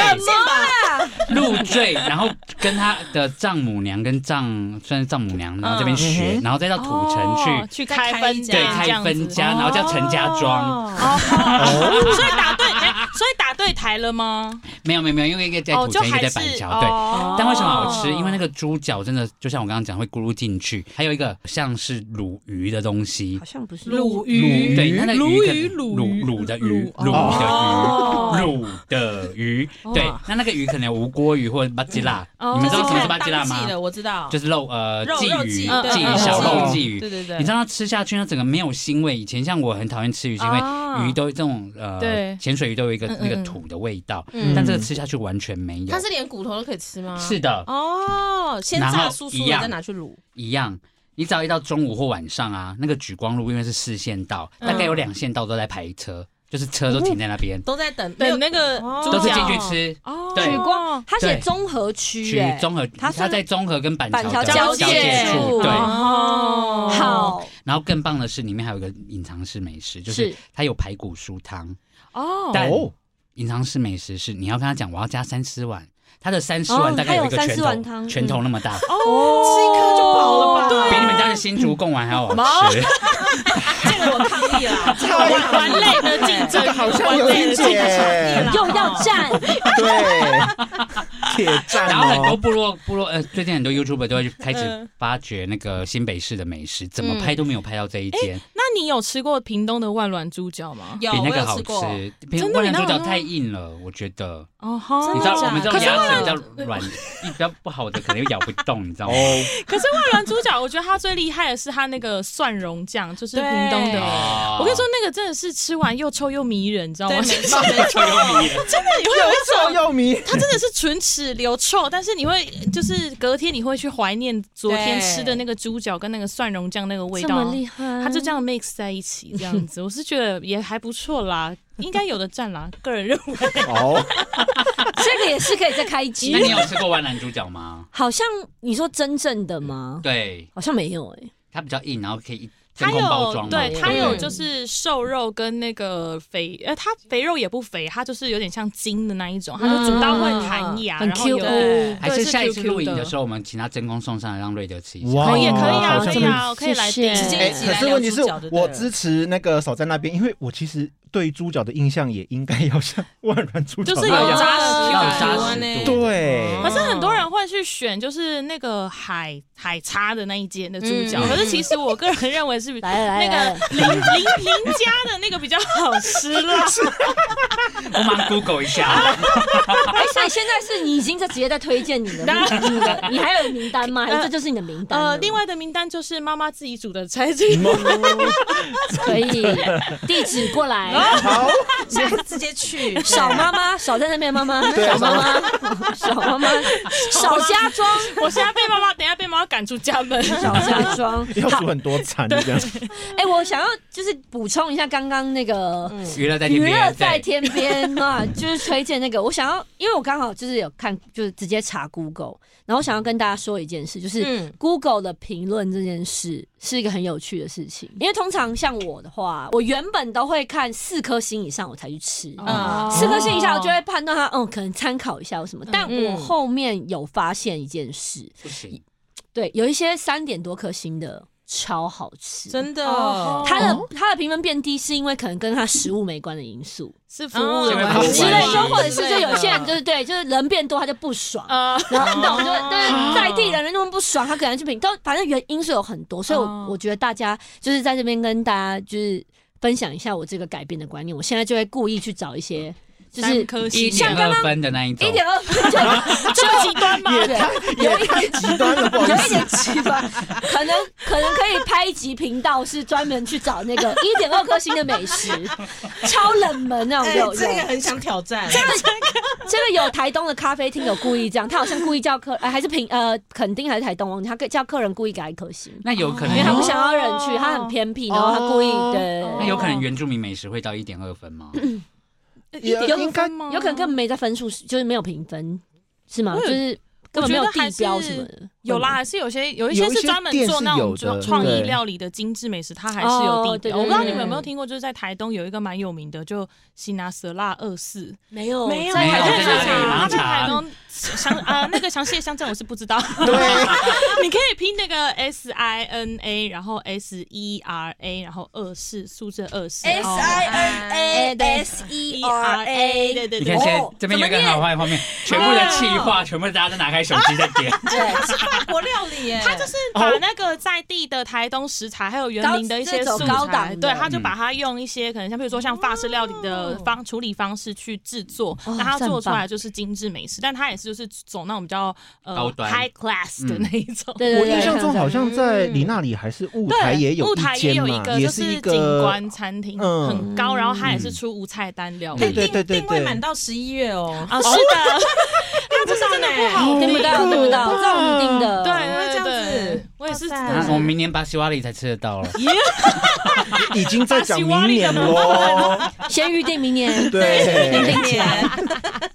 Speaker 3: 入赘，然后跟他的丈母娘跟丈算是丈母娘，然后这边学，然后再到土城
Speaker 5: 嗯哦
Speaker 3: 去，
Speaker 5: 去
Speaker 4: 再
Speaker 5: 开
Speaker 4: 开
Speaker 5: 分
Speaker 4: 一家
Speaker 5: 家
Speaker 3: 对，
Speaker 5: 这
Speaker 3: 开
Speaker 5: 样
Speaker 3: 分
Speaker 5: 子
Speaker 3: 家，然后叫陈家庄，
Speaker 4: 哦
Speaker 5: 哦，所以答对，哎所以答对台了吗？
Speaker 3: 没有没有没有，因为一个在
Speaker 5: 哦，
Speaker 3: 土
Speaker 5: 就
Speaker 3: 城，一个
Speaker 5: 还
Speaker 3: 在
Speaker 5: 是
Speaker 3: 板桥，对。
Speaker 5: 哦
Speaker 3: 但为什么好吃？因为那个猪脚真的就像我刚刚讲，会咕噜进去。还有一个像是卤鱼的东西
Speaker 1: 好，像不是
Speaker 4: 鲈
Speaker 2: 鱼
Speaker 3: 对，那个
Speaker 4: 鲈
Speaker 3: 鱼
Speaker 4: 鱼
Speaker 3: 可
Speaker 4: 鲈
Speaker 3: 卤
Speaker 4: 鱼
Speaker 3: 卤的鱼，
Speaker 4: 卤
Speaker 3: 卤
Speaker 4: 哦
Speaker 3: 的鱼，卤的鱼。对
Speaker 4: 哇，
Speaker 3: 那那个鱼可能有无锅鱼或者巴吉拉，
Speaker 5: 哦
Speaker 3: 你们知道什么是
Speaker 4: 看
Speaker 3: 巴吉拉
Speaker 4: 当季
Speaker 3: 吗？
Speaker 4: 的我知道，
Speaker 3: 就是肉呃
Speaker 4: 肉
Speaker 3: 鲫
Speaker 4: 肉
Speaker 3: 鱼，
Speaker 4: 鲫
Speaker 5: 对
Speaker 3: 鲫
Speaker 5: 嗯
Speaker 3: 小
Speaker 5: 嗯
Speaker 3: 肉
Speaker 5: 嗯
Speaker 3: 鲫鱼。
Speaker 4: 对对对，
Speaker 3: 你知道它吃下去，它整个没有腥味。以前像我很讨厌吃鱼，是因为
Speaker 5: 为
Speaker 4: 哦
Speaker 3: 鱼都这种呃
Speaker 5: 对
Speaker 3: 潜水鱼都有一个
Speaker 4: 嗯
Speaker 3: 那个
Speaker 4: 嗯
Speaker 3: 土的味道，
Speaker 4: 嗯
Speaker 3: 但这个吃下去完全没有
Speaker 4: 它。是连骨头都可以吃吗？
Speaker 3: 是的，
Speaker 4: 哦，先
Speaker 3: 然
Speaker 4: 炸
Speaker 3: 后
Speaker 4: 酥
Speaker 3: 一
Speaker 4: 酥
Speaker 3: 样
Speaker 4: 的，再拿去卤。
Speaker 3: 一样。你只要一到中午或晚上啊，那个举光路因为是四线道，
Speaker 4: 嗯哦
Speaker 3: 大概有两线道都在排车，就是车都停在那边，
Speaker 4: 都在等，没有
Speaker 5: 等那个
Speaker 4: 哦
Speaker 5: 主
Speaker 3: 都是
Speaker 5: 角
Speaker 3: 进去吃。
Speaker 5: 哦，
Speaker 3: 对
Speaker 1: 举光，他写
Speaker 3: 对
Speaker 1: 综合区，
Speaker 3: 去
Speaker 1: 哎，
Speaker 3: 综合，
Speaker 1: 它是
Speaker 3: 它在综合跟板
Speaker 1: 板桥
Speaker 3: 桥的
Speaker 1: 交
Speaker 5: 界
Speaker 3: 处，
Speaker 1: 处
Speaker 3: 对。
Speaker 4: 哦，
Speaker 1: 好
Speaker 3: 然后更棒的是，里面还有一个隐藏式美食，就是
Speaker 1: 是
Speaker 3: 它有排骨酥汤，
Speaker 5: 哦，
Speaker 3: 但
Speaker 2: 哦
Speaker 3: 隐藏式美食是你要跟他讲我要加三丝碗，它的三丝碗
Speaker 1: 哦
Speaker 3: 大概有一个
Speaker 1: 它有
Speaker 3: 拳
Speaker 1: 三丝碗
Speaker 3: 头，
Speaker 1: 汤嗯
Speaker 3: 拳头那么大，
Speaker 1: 哦，啊吃一颗就饱了吧
Speaker 3: 比你们家的新竹贡丸还要好吃。
Speaker 4: 这个我抗议了，这个我
Speaker 5: 玩玩累的竞
Speaker 2: 这
Speaker 5: 争，
Speaker 2: 个好像有一点，
Speaker 1: 又要站，
Speaker 2: 对，铁站
Speaker 3: 然后很 多
Speaker 2: 哦，
Speaker 3: 部落部落呃，最近很多 YouTuber 都会
Speaker 1: 嗯
Speaker 3: 开始发掘那个新北市的美食，怎么拍都没有拍到这一间，
Speaker 5: 那你有吃过屏东的万峦猪脚吗？
Speaker 4: 有
Speaker 3: 比那
Speaker 4: 我
Speaker 3: 个
Speaker 4: 有
Speaker 3: 好
Speaker 4: 吃过，
Speaker 3: 吃。比
Speaker 5: 真的
Speaker 3: 万人
Speaker 5: 你
Speaker 3: 猪
Speaker 5: 那
Speaker 3: 脚
Speaker 5: 好吃
Speaker 3: 太硬了，我觉得。
Speaker 5: 哦哈
Speaker 4: 真
Speaker 3: 你
Speaker 4: 的
Speaker 3: 知道
Speaker 4: 假
Speaker 3: 我
Speaker 4: 的
Speaker 3: 们这
Speaker 5: 可
Speaker 3: 种
Speaker 5: 是
Speaker 3: 牙齿
Speaker 5: 万
Speaker 3: 比
Speaker 5: 峦
Speaker 3: 较软， 一比较不好的可能又咬不动，你知道吗？
Speaker 2: 哦，
Speaker 5: 可是万峦猪脚，我觉得它最厉害的是它那个蒜蓉酱，就是
Speaker 4: 对
Speaker 5: 屏东的。
Speaker 3: 哦
Speaker 5: 我跟你说，那个真的是吃完又臭又迷人，你知道
Speaker 4: 对，
Speaker 5: 吗？
Speaker 4: 没错没错，
Speaker 5: 真的有
Speaker 2: 又
Speaker 5: 一
Speaker 2: 臭
Speaker 5: 种，
Speaker 2: 又迷，
Speaker 5: 它真的是唇齿留臭，但是你会就是隔天你会去怀念昨天
Speaker 4: 对
Speaker 5: 吃的那个猪脚跟那个蒜蓉酱那个味
Speaker 1: 这
Speaker 5: 道
Speaker 1: 么。厉害，
Speaker 5: 它就这样 mix 在一起，这样 子，我是觉得也还不错啦，应该有的占啦，个人认为。
Speaker 2: 哦，
Speaker 1: 这个也是可以再开一集
Speaker 3: 那，你有吃过万兰猪脚吗？
Speaker 1: 好像你说真正的吗？
Speaker 3: 对，
Speaker 1: 好像没有哎，
Speaker 3: 它比较硬，然后可以真
Speaker 5: 它
Speaker 3: 空包装
Speaker 5: 有
Speaker 3: 嘛。
Speaker 5: 对，
Speaker 3: 不
Speaker 5: 它有
Speaker 1: 嗯
Speaker 5: 就是瘦肉跟那个肥，呃，它肥肉也不肥，它就是有点像筋的那一种，它就煮到会弹牙，
Speaker 1: 嗯很
Speaker 5: 然后
Speaker 1: Q
Speaker 5: 有
Speaker 1: 哦
Speaker 4: 对。
Speaker 3: 还是
Speaker 5: 对
Speaker 3: 下一次
Speaker 5: 是 QQ
Speaker 3: 录影的时候，我们请他真空送上来，让瑞德吃一下。
Speaker 2: 哇
Speaker 5: 可以可以啊，
Speaker 2: 好像
Speaker 5: 可以啊，我可以来
Speaker 1: 谢谢
Speaker 5: 点。
Speaker 1: 直接
Speaker 2: 哎，
Speaker 4: 一起
Speaker 2: 可
Speaker 4: 来
Speaker 2: 是
Speaker 4: 聊
Speaker 2: 问题
Speaker 4: 猪
Speaker 2: 是
Speaker 4: 脚就对
Speaker 2: 我
Speaker 4: 了
Speaker 2: 支持那个守在那边，因为我其实对猪脚的印象也应该要像万软猪脚
Speaker 5: 就是
Speaker 2: 那
Speaker 5: 有
Speaker 2: 样，
Speaker 5: 扎实
Speaker 3: 要
Speaker 5: 感
Speaker 3: 有扎实度，
Speaker 2: 对，
Speaker 5: 可是很多人会去选，就是那个海海叉的那一间的猪脚。
Speaker 4: 嗯
Speaker 5: 可是其实我个人认为是
Speaker 1: 来来来
Speaker 5: 那个邻邻邻家的那个比较好吃 啦。
Speaker 3: 我马上 Google 一下。
Speaker 1: 哎，所以现在是你已经在直接在推荐你的
Speaker 5: 当
Speaker 1: 你 的，你还有名单吗？还是这就是你的名单了？
Speaker 5: 呃，另外的名单就是妈妈自己煮的柴鸡。
Speaker 1: 可以地址过 来。
Speaker 5: 哦
Speaker 2: 好，
Speaker 4: 下次直接去
Speaker 1: 少妈妈，少在那边妈妈，
Speaker 2: 对
Speaker 1: 少妈 妈，少妈妈，少家庄，
Speaker 5: 我现在被妈妈，等一下被妈妈赶出家门。
Speaker 1: 少家庄。
Speaker 2: 要
Speaker 1: 好
Speaker 2: 煮，很多餐这 样，
Speaker 1: 哎，我想要就是补充一下刚刚那个
Speaker 3: 娱乐在
Speaker 1: 娱
Speaker 3: 天边
Speaker 1: 乐在
Speaker 3: 对
Speaker 1: 天边 嘛，就是推荐那个。我想要，因为我刚好就是有看，就是直接查 Google，然后我想要跟大家说一件事，就是。
Speaker 4: 嗯
Speaker 1: Google 的评论这件事是一个很有趣的事情，因为通常像我的话，我原本都会看四颗星以上我才去吃，
Speaker 4: 哦
Speaker 1: 四颗星以下我就会判断它，嗯，可能参考一下有什么。但
Speaker 4: 嗯
Speaker 1: 我后面有发现一件事，
Speaker 3: 不行，
Speaker 1: 对，有一些三点多颗星的超好吃，
Speaker 4: 真的
Speaker 5: 哦
Speaker 1: 它的它的评分变低是因为可能跟它食物没关的因素
Speaker 5: 是服务的
Speaker 3: 哦
Speaker 5: 关
Speaker 1: 之
Speaker 5: 系
Speaker 3: 是
Speaker 1: 类
Speaker 3: 的，
Speaker 1: 就或者是就有些人就是对，就是人变多他就不爽。
Speaker 5: 呃，
Speaker 1: 然后你懂，就
Speaker 4: 哦
Speaker 1: 对在地人那么不爽，他可能就评，都反正原因素有很多，所以我
Speaker 5: 哦
Speaker 1: 我觉得大家就是在这边跟大家就是分享一下我这个改变的观念，我现在就会故意去找一些就是
Speaker 5: 三颗
Speaker 3: 一
Speaker 5: 星
Speaker 3: 点
Speaker 1: 像刚
Speaker 3: 二
Speaker 1: 刚
Speaker 3: 分的那一种
Speaker 1: 一，点二分 就
Speaker 5: 这么极端吗？
Speaker 1: 对有一点
Speaker 2: 极端 了，不好意
Speaker 1: 有一
Speaker 2: 思，
Speaker 1: 点极端，可能可能可以拍一集频道，是专门去找那个一点二颗星的美食，超冷门那种
Speaker 4: 哎，
Speaker 1: 有有。
Speaker 4: 这个很想挑战，
Speaker 1: 这个有台东的咖啡厅有故意这样，他好像故意叫客，哎、还是平呃垦丁还是台东忘记，他给叫客人故意给他一颗星，
Speaker 3: 那有可
Speaker 1: 哦因
Speaker 3: 能
Speaker 1: 为他不
Speaker 3: 有，
Speaker 1: 想要人去，他很偏僻，然后他故意对
Speaker 3: 哦那有可能原住民美食会到一点二分吗？
Speaker 5: 一
Speaker 2: 有
Speaker 5: 点
Speaker 2: 应
Speaker 5: 二
Speaker 2: 该
Speaker 5: 分吗？
Speaker 1: 有可能根本没在分数，就是没有评分，是吗？
Speaker 5: 我
Speaker 1: 就
Speaker 5: 有
Speaker 1: 是根本没有地标
Speaker 5: 我觉得还是
Speaker 1: 什么的，
Speaker 5: 有啦，
Speaker 1: 会吗。
Speaker 5: 还是有些有一
Speaker 2: 有
Speaker 5: 些
Speaker 2: 一
Speaker 5: 是
Speaker 2: 些
Speaker 5: 专门
Speaker 2: 店
Speaker 5: 做
Speaker 2: 是
Speaker 5: 那种
Speaker 2: 有
Speaker 5: 创
Speaker 2: 的
Speaker 5: 创意
Speaker 2: 对
Speaker 5: 料理的精致美食，它还是
Speaker 1: 哦
Speaker 5: 有地
Speaker 1: 对
Speaker 5: 标。
Speaker 1: 对
Speaker 5: 我不知道
Speaker 1: 对
Speaker 5: 你们有没有
Speaker 1: 对
Speaker 5: 听过，就是在台东有一个蛮有名的，就喜拿蛇辣二四，
Speaker 1: 没有
Speaker 5: 没有
Speaker 1: 哦在
Speaker 3: 没有
Speaker 1: 台
Speaker 5: 台
Speaker 1: 中市场
Speaker 3: 在哪里马上
Speaker 5: 中它在台
Speaker 3: 查
Speaker 5: 东详啊那个详细的乡镇我是不知 道，
Speaker 2: 对，
Speaker 5: 你可以拼那个 S I N A，然后 S E R A，然后二四数字二四哦
Speaker 6: S I N A S E R A，
Speaker 5: 对对
Speaker 3: 你
Speaker 5: 对
Speaker 3: 看现。在
Speaker 6: 哦
Speaker 3: 这边有一个
Speaker 6: 怎么
Speaker 3: 很
Speaker 6: 念
Speaker 3: 好坏的画面，全部的气话，全部大家都拿开手机在点。
Speaker 6: 对，
Speaker 4: 是法国料理耶，
Speaker 5: 它就是
Speaker 3: 哦
Speaker 5: 把那个在地的台东食材，还有原民的一些素
Speaker 1: 高这种高档
Speaker 5: 材，
Speaker 1: 的
Speaker 5: 对，他
Speaker 3: 嗯
Speaker 5: 就把它用一些可能像比如说像法式料理的方处理方式去制作，
Speaker 1: 哦
Speaker 5: 然后它
Speaker 1: 这很
Speaker 5: 做出来
Speaker 1: 棒
Speaker 5: 就是精致美食，但它也是就是走那种比较呃
Speaker 3: 高端嗯
Speaker 5: high class 的那一种。
Speaker 1: 对
Speaker 2: 我
Speaker 1: 对对，
Speaker 2: 印象中好像在
Speaker 4: 嗯
Speaker 2: 李娜里还是雾台也有
Speaker 5: 雾
Speaker 2: 一
Speaker 5: 台也
Speaker 2: 间
Speaker 5: 有一
Speaker 2: 嘛，
Speaker 5: 个
Speaker 2: 也
Speaker 5: 就是是
Speaker 2: 一
Speaker 5: 景
Speaker 2: 个
Speaker 5: 观餐厅，
Speaker 2: 嗯
Speaker 5: 很高，然后它也是出无菜单料理。
Speaker 2: 对
Speaker 4: 嗯
Speaker 2: 对对对
Speaker 4: 定位
Speaker 2: 对
Speaker 4: 满到十一月哦，
Speaker 5: 啊，是的，
Speaker 4: 那这是真的不好
Speaker 1: 哦订不到，订不到，这种我们订的，
Speaker 5: 对对
Speaker 4: 哦这样
Speaker 5: 对
Speaker 4: 子
Speaker 5: 对，我也是。
Speaker 4: 哇塞
Speaker 3: 啊我们明年巴西瓦里才吃得到了，
Speaker 2: 已经在讲 明年喽，
Speaker 1: 先预定 明年。
Speaker 2: 对，
Speaker 4: 定年。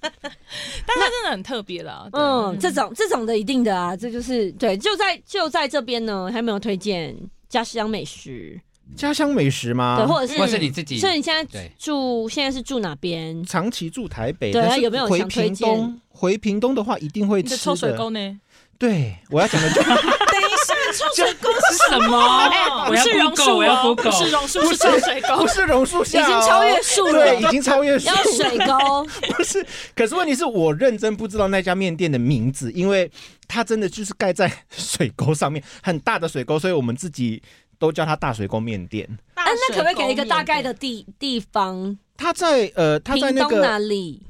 Speaker 5: 但它真的很特别啦。对
Speaker 1: 嗯，这种这种的一定的啊，这就是对，就在就在这边呢，还有没有推荐家乡美食，
Speaker 2: 家乡美食
Speaker 1: 对，
Speaker 2: 吗？
Speaker 1: 或者是
Speaker 3: 或是你自己
Speaker 1: 所以你现在
Speaker 3: 对
Speaker 1: 住现在是住哪边？
Speaker 2: 长期住台北，
Speaker 1: 对
Speaker 2: 但是
Speaker 1: 有没有
Speaker 2: 回
Speaker 1: 想推
Speaker 2: 屏
Speaker 1: 荐
Speaker 2: 东？回屏东的话，一定会
Speaker 5: 你的
Speaker 2: 吃
Speaker 5: 臭水
Speaker 2: 的。
Speaker 5: 沟呢？
Speaker 2: 对，我要讲的 就
Speaker 4: 等一下，臭水沟
Speaker 3: 是什么
Speaker 5: 哎，
Speaker 3: 我
Speaker 5: 不
Speaker 3: 要
Speaker 5: 是榕
Speaker 3: Google，
Speaker 5: 树
Speaker 3: 我要
Speaker 5: 哦，不
Speaker 3: Google。
Speaker 5: 是榕 树，是臭水沟
Speaker 2: 不。是榕树
Speaker 1: 已
Speaker 2: 下、哦
Speaker 1: 经超越树了
Speaker 2: 对，，已经超越树
Speaker 1: 要
Speaker 2: 了。
Speaker 1: 水沟，
Speaker 2: 不是，可是问题是我认真不知道那家面店的名字，因为它真的就是盖在水沟上面，很大的水沟，所以我们自己都叫它大水沟面店。
Speaker 4: 大
Speaker 1: 啊，那
Speaker 4: 水
Speaker 1: 可不可以
Speaker 4: 沟
Speaker 1: 给一个大
Speaker 4: 面
Speaker 1: 概的地地方？
Speaker 2: 它在呃，它在
Speaker 1: 屏
Speaker 2: 那
Speaker 1: 东哪
Speaker 2: 个
Speaker 1: 里？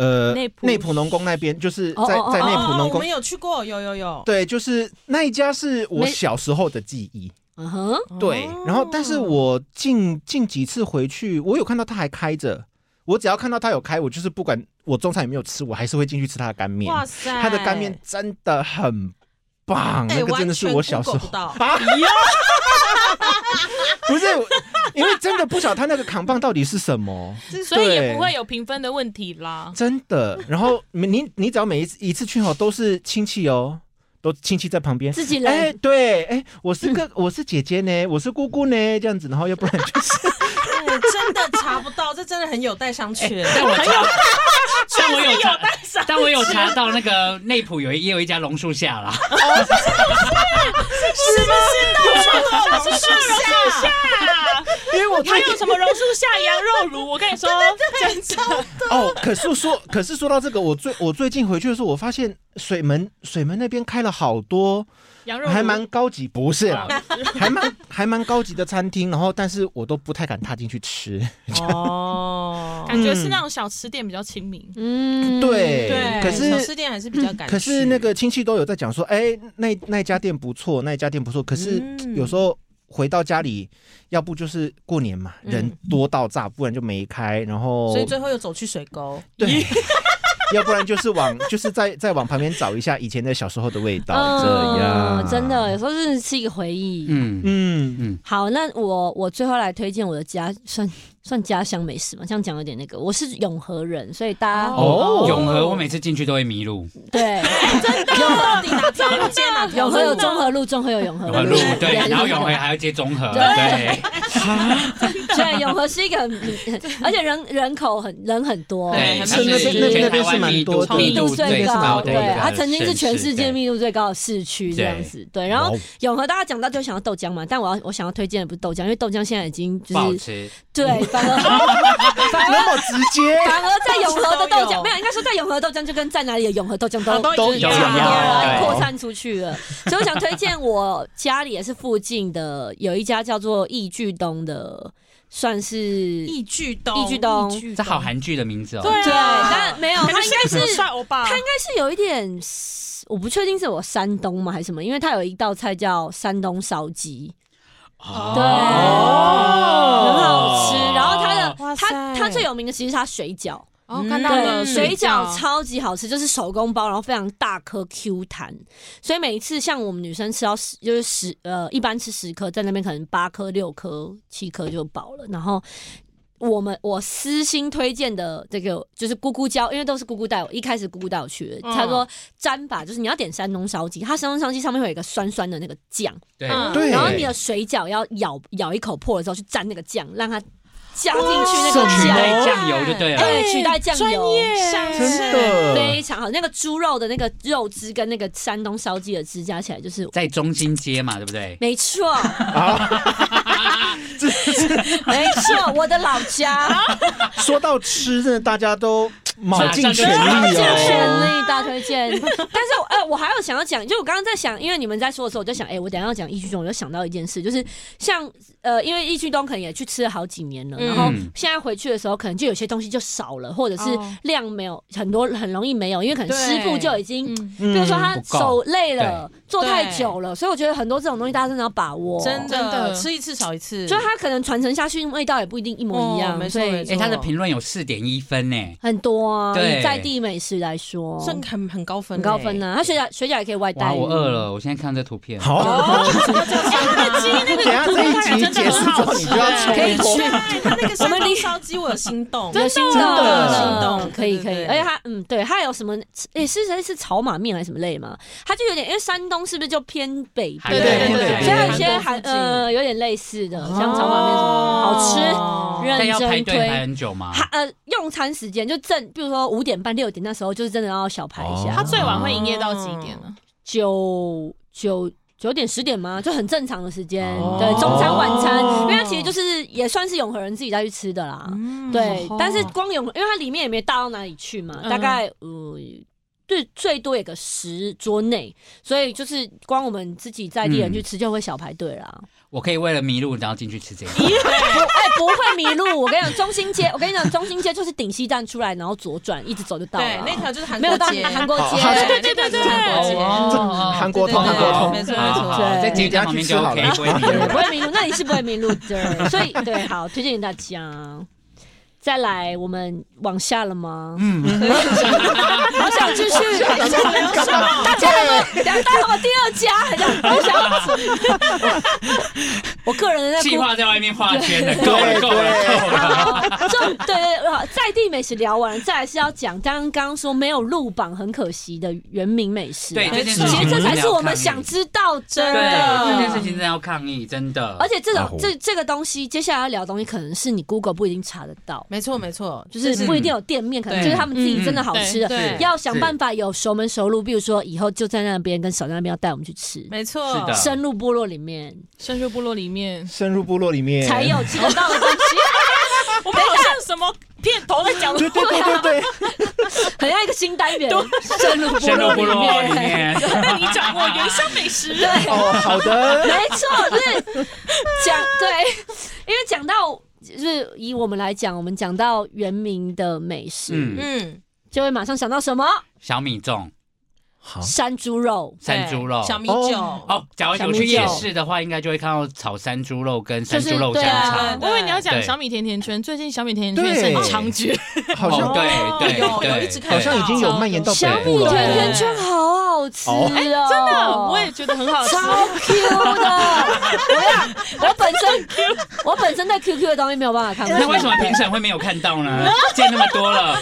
Speaker 2: 呃
Speaker 1: 内埔
Speaker 2: 内埔农宫那边，就是
Speaker 1: 哦
Speaker 2: 在
Speaker 1: 哦哦
Speaker 2: 在
Speaker 4: 哦
Speaker 2: 内埔农
Speaker 4: 我
Speaker 2: 宫
Speaker 4: 们，有去过，有有有。
Speaker 2: 对，就是那一家是我
Speaker 1: 没
Speaker 2: 小时候的记忆。
Speaker 1: 嗯哼，
Speaker 2: 对，然后但是我近近几次回去，我有看到它还开着。我只要看到它有开，我就是不管我中餐有没有吃，我还是会进去吃它的干面。
Speaker 4: 哇塞，
Speaker 2: 它的干面真的很棒，
Speaker 4: 哎
Speaker 2: 那个真的是我小时
Speaker 4: 完全 Google
Speaker 2: 候
Speaker 4: 不到
Speaker 2: 啊， 不是，因为真的不晓得它那个扛棒到底是什么，
Speaker 5: 所以也
Speaker 2: 对
Speaker 5: 不会有评分的问题啦。
Speaker 2: 真的。然后你你只要每一次一次去哦，都是亲戚哦，都亲戚在旁边。
Speaker 1: 自己
Speaker 2: 哎、
Speaker 1: 来。
Speaker 2: 对，哎、我是个我是姐姐呢，我是姑姑呢，这样子，然后要不然就是
Speaker 4: 哎真的查不到，这真的很有待商榷。
Speaker 3: 但我查，但我有查，但我有查到那个内埔有一也有一家榕树下啦。
Speaker 4: 是是下，
Speaker 2: 因为我
Speaker 5: 还
Speaker 2: 最
Speaker 5: 有
Speaker 2: 近
Speaker 5: 什么榕树下羊肉炉？我跟 你说，真的
Speaker 2: 哦，可是说可是说到这个，我最我最近回去的时候，我发现水门水门那边开了好多
Speaker 5: 羊肉炉
Speaker 2: 还蛮高级，不是啦，
Speaker 4: 啊
Speaker 2: 还蛮还蛮高级的餐厅，然后但是我都不太敢踏进去吃。
Speaker 4: 哦，
Speaker 5: 感觉是那种小吃店比较亲民。
Speaker 1: 嗯，
Speaker 2: 对，
Speaker 4: 对，
Speaker 2: 可
Speaker 4: 小
Speaker 2: 是
Speaker 4: 吃店还是比较敢去。
Speaker 2: 可是那个亲戚都有在讲说，哎、那那家店不错，那家店不错。可是
Speaker 4: 嗯
Speaker 2: 有时候回到家里，要不就是过年嘛，人多到炸，不然就没开，然后
Speaker 4: 嗯所以最后又走去水沟，
Speaker 2: 对。要不然就是往，就是再再往旁边找一下以前的小时候的味道，
Speaker 1: 嗯
Speaker 2: 这样
Speaker 1: 真的，有时候真的是一个回忆。
Speaker 3: 嗯，
Speaker 2: 嗯，
Speaker 1: 好，那我我最后来推荐我的家，算算家乡美食嘛，这样讲有点那个。我是永和人，所以大家、
Speaker 2: 哦
Speaker 3: 永和我每次进去都会迷路，
Speaker 1: 对
Speaker 4: 永和抵达中间啊，
Speaker 1: 永和有
Speaker 4: 真的
Speaker 1: 中和路，中和有永和
Speaker 3: 永和
Speaker 1: 路
Speaker 3: 路，对，然后永和还要接中和，对
Speaker 1: 对永和是一个很，很而且人人口很人很多，
Speaker 3: 对，
Speaker 4: 还
Speaker 3: 它
Speaker 4: 是那
Speaker 3: 是
Speaker 4: 那那
Speaker 2: 边
Speaker 3: 全台
Speaker 2: 是
Speaker 3: 湾
Speaker 2: 蛮
Speaker 3: 密
Speaker 2: 多
Speaker 3: 度
Speaker 2: 的
Speaker 1: 密度最
Speaker 3: 最
Speaker 1: 高，
Speaker 3: 高
Speaker 1: 对
Speaker 3: 的一个，
Speaker 1: 它曾经是全世界
Speaker 3: 对
Speaker 1: 密度最高的市区这样子，对。然后
Speaker 2: 哇哦
Speaker 1: 永和大家讲到就想到豆浆嘛，但我要我想要推荐的不是豆浆，因为豆浆现在已经就
Speaker 3: 不好
Speaker 1: 是
Speaker 3: 吃，
Speaker 1: 对，反而反而
Speaker 2: 那么直接，
Speaker 4: 哎
Speaker 1: 反而在永和的豆
Speaker 4: 都
Speaker 1: 浆
Speaker 4: 有
Speaker 1: 没有，应该说在永和豆浆就跟在哪里的永和豆浆都
Speaker 5: 都
Speaker 2: 都
Speaker 5: 一
Speaker 2: 有
Speaker 5: 样
Speaker 1: 差不多了
Speaker 3: 对
Speaker 1: 扩散出去了。所以我想推荐我家里也是附近的有一家叫做易聚东的，算是易
Speaker 4: 易聚东，
Speaker 1: 聚东，
Speaker 3: 这好韩剧的名字哦，
Speaker 5: 对
Speaker 1: 对，
Speaker 5: 啊，
Speaker 1: 但没有，它
Speaker 5: 感觉
Speaker 1: 应该
Speaker 5: 现在
Speaker 1: 是
Speaker 5: 很帅欧巴，
Speaker 1: 它应该是有一点，我不确定是我山东吗还是什么，因为它有一道菜叫山东烧鸡，
Speaker 3: 哦
Speaker 1: 对，很好吃。然后它
Speaker 4: 哇
Speaker 1: 的
Speaker 4: 塞
Speaker 1: 它它最有名的其实是它水饺，
Speaker 5: 哦
Speaker 4: 嗯
Speaker 5: 看到
Speaker 1: 对，
Speaker 5: 了
Speaker 1: 水饺超级好吃，就是手工包，然后非常大颗 Q 弹，所以每一次像我们女生吃到十，就是十呃，一般吃十颗，在那边可能八颗、六颗、七颗就饱了，然后。我们我私心推荐的这个就是姑姑教，因为都是姑姑带我，一开始姑姑带我去的。
Speaker 5: 嗯
Speaker 1: 她说沾法就是你要点山东烧鸡，它山东烧鸡上面会有一个酸酸的那个酱，
Speaker 3: 对
Speaker 5: 嗯
Speaker 2: 对
Speaker 1: 然后你的水饺要咬咬一口破了之后去沾那个酱，让它加进去那个
Speaker 3: 取
Speaker 1: 酱，
Speaker 3: 代酱油就对了。
Speaker 1: 对，取代酱
Speaker 5: 专
Speaker 1: 油。
Speaker 5: 业，
Speaker 4: 上次
Speaker 2: 真的
Speaker 1: 非常好，那个猪肉的那个肉汁跟那个山东烧鸡的汁加起来就是，
Speaker 3: 在中心街嘛，对不对？
Speaker 1: 没错，没错，我的老家。
Speaker 2: 说到吃，真的大家都卯尽全
Speaker 3: 马上
Speaker 2: 力
Speaker 3: 就
Speaker 1: 尽
Speaker 3: 吃
Speaker 2: 哦。
Speaker 1: 全力大推荐。但是我，呃，我还有想要讲，就我刚刚在想，因为你们在说的时候，我就想，哎、我等一下要讲易居东，我就想到一件事，就是像呃，因为易居东可能也去吃了好几年了，然后
Speaker 3: 嗯
Speaker 1: 现在回去的时候，可能就有些东西就少了，或者是
Speaker 5: 哦
Speaker 1: 量没有很多，很容易没有，因为可能师傅就已经。
Speaker 5: 嗯，
Speaker 2: 嗯
Speaker 1: 比如说他
Speaker 3: 不够
Speaker 1: 手累了，做太久了，所以我觉得很多这种东西大家真的要把握。
Speaker 4: 真
Speaker 5: 真
Speaker 4: 的
Speaker 5: 的
Speaker 4: 吃一次少一次，
Speaker 1: 就是他可能传承下去，味道也不一定一模一样，
Speaker 4: 哦没
Speaker 1: 所
Speaker 4: 错没
Speaker 1: 以
Speaker 4: 错
Speaker 3: 哎，他的评论有四点一分呢。
Speaker 1: 很多啊。
Speaker 3: 对
Speaker 1: 以在地美食来说，
Speaker 4: 算很很高分，
Speaker 1: 很高
Speaker 5: 欸
Speaker 1: 分。呢、啊。它水饺水饺也可以外带。哦
Speaker 3: 哇，我饿。
Speaker 1: 嗯
Speaker 3: 了，我现在看这图片。
Speaker 2: 好，
Speaker 5: 哦鸡那
Speaker 2: 等一下
Speaker 5: 个
Speaker 2: 这一集
Speaker 5: 真的
Speaker 2: 结束
Speaker 5: 很
Speaker 2: 之
Speaker 5: 好
Speaker 2: 后，你
Speaker 5: 吃
Speaker 2: 就要
Speaker 5: 欸，
Speaker 2: 冲
Speaker 1: 可以
Speaker 2: 一波
Speaker 1: 去。
Speaker 4: 对，他那个山
Speaker 1: 立
Speaker 4: 东烧鸡我有心 动，
Speaker 1: 哦有心动，
Speaker 2: 的
Speaker 4: 心动
Speaker 1: 可以
Speaker 4: 对
Speaker 1: 可
Speaker 4: 对
Speaker 1: 以，
Speaker 4: 对
Speaker 1: 而且它嗯，对，它有什么也是是是炒马面还是什么类嘛？它就有点，因为山东是不是就偏北边？
Speaker 3: 对
Speaker 2: 对对对
Speaker 1: 所以它有些
Speaker 4: 对
Speaker 1: 还
Speaker 4: 韩国附近
Speaker 1: 呃有点类似的，像炒马面什么的，好吃。
Speaker 4: 哦
Speaker 1: 认
Speaker 3: 但要排
Speaker 1: 真
Speaker 3: 队排
Speaker 1: 推，
Speaker 3: 很久吗？
Speaker 1: 它呃用餐时间就正，比如说五点半六点那时候，就是真的要小排一
Speaker 2: 哦
Speaker 1: 下。
Speaker 5: 他最晚会营业到几点呢？
Speaker 1: 九九九点十点吗？就很正常的时间，
Speaker 3: 哦
Speaker 1: 对，中餐晚餐，
Speaker 4: 哦
Speaker 1: 因为它其实就是也算是永和人自己再去吃的啦，
Speaker 4: 嗯
Speaker 1: 对。
Speaker 4: 好
Speaker 1: 但是光永和，因为它里面也没大到哪里去嘛，
Speaker 4: 嗯
Speaker 1: 大概呃。最最多也个十桌内，所以就是光我们自己在地人去吃就会小排队啦，
Speaker 3: 我可以为了迷路然后进去吃这个。
Speaker 1: 不哎、不会迷路。我跟你讲，中心街，我跟你讲，中心街就是顶西站出来，然后左转一直走就到了
Speaker 4: 对
Speaker 1: 啊。，
Speaker 4: 那条就是韩
Speaker 1: 没有
Speaker 4: 国
Speaker 1: 到
Speaker 4: 街，
Speaker 1: 韩国街，
Speaker 2: 好
Speaker 5: 对对对对
Speaker 4: 韩国街
Speaker 2: 韩国通，
Speaker 4: 对
Speaker 2: 韩
Speaker 4: 对对
Speaker 2: 国通。
Speaker 4: 没错
Speaker 3: 好
Speaker 4: 没
Speaker 3: 好好
Speaker 4: 错，
Speaker 1: 对
Speaker 3: 在街站旁边就 OK，
Speaker 2: 你等下去
Speaker 3: 不
Speaker 2: 吃
Speaker 3: 会迷
Speaker 1: 对
Speaker 3: 路
Speaker 1: 不。会迷路，那你是不会迷路的。所以对，好，推荐给大家。再来，我们往下了吗？嗯，好想继续。大家有两大我第二家，很想很想。 我个人的那
Speaker 3: 计
Speaker 1: 个。
Speaker 3: 划在外面画圈的，够了够了
Speaker 2: 对
Speaker 3: 够了。
Speaker 1: 好，重对对对，好在地美食聊完了，再来是要讲刚刚说没有入榜很可惜的原名美食啊、
Speaker 3: 对这件事
Speaker 1: 其
Speaker 3: 情，
Speaker 1: 实这才是我们想。知道
Speaker 3: 对，
Speaker 1: 真的。
Speaker 3: 这件事情真的要抗议，真的。
Speaker 1: 而且这
Speaker 2: 啊
Speaker 1: 种
Speaker 2: 吼
Speaker 1: 这这个东西，接下来要聊的东西，可能是你 Google 不一定查得到，
Speaker 4: 没错没错，
Speaker 1: 就
Speaker 4: 这
Speaker 1: 是不一定有店面，可能就是他们自己真的好吃
Speaker 4: 嗯
Speaker 1: 的，
Speaker 3: 是
Speaker 5: 对
Speaker 1: 要想办法有熟门熟路。比如说以后就在那边跟少在那边要带我们去吃，
Speaker 4: 没错，
Speaker 3: 是的
Speaker 1: 深入部落里面
Speaker 5: 深入部落里面，
Speaker 2: 深入部落里面
Speaker 1: 才有吃得到的东西，
Speaker 5: 我们好像什么片头在 讲
Speaker 2: 对对对对对，
Speaker 1: 很像一个新单元，深入
Speaker 3: 深入部
Speaker 1: 部落
Speaker 3: 落
Speaker 1: 里
Speaker 3: 里
Speaker 1: 面。
Speaker 3: 面，
Speaker 5: 那你掌握原乡美食，
Speaker 2: 哦，好的，
Speaker 1: 没错，就是讲对，因为讲到就是以我们来讲，我们讲到原名的美食，
Speaker 3: 嗯哦
Speaker 4: 嗯，
Speaker 1: 就会马上想到什么
Speaker 3: 小米粽、
Speaker 2: 好
Speaker 1: 山猪肉，
Speaker 3: 山猪肉
Speaker 4: 对。小米
Speaker 2: 哦
Speaker 4: 酒，
Speaker 3: 哦，假如我去夜市的话，应该就会看到炒山猪肉跟山猪肉
Speaker 1: 对
Speaker 3: 香肠。
Speaker 5: 我以为你要讲小米甜甜圈，最近小米甜甜圈
Speaker 2: 对
Speaker 5: 是很猖獗，
Speaker 2: 好像
Speaker 3: 哦对对
Speaker 4: 有有
Speaker 3: 对
Speaker 4: 一直，看
Speaker 2: 好像已经有蔓延到
Speaker 1: 小
Speaker 2: 北
Speaker 1: 米
Speaker 2: 部
Speaker 1: 甜
Speaker 2: 了。
Speaker 1: 甜圈好好吃哦，真
Speaker 5: 哎真的，我也觉得很好吃。
Speaker 1: 超 Q 的。我要，我本身我本身对 QQ 的东西没有办法看，
Speaker 3: 那为什么评审会没有看到呢？见那么多了，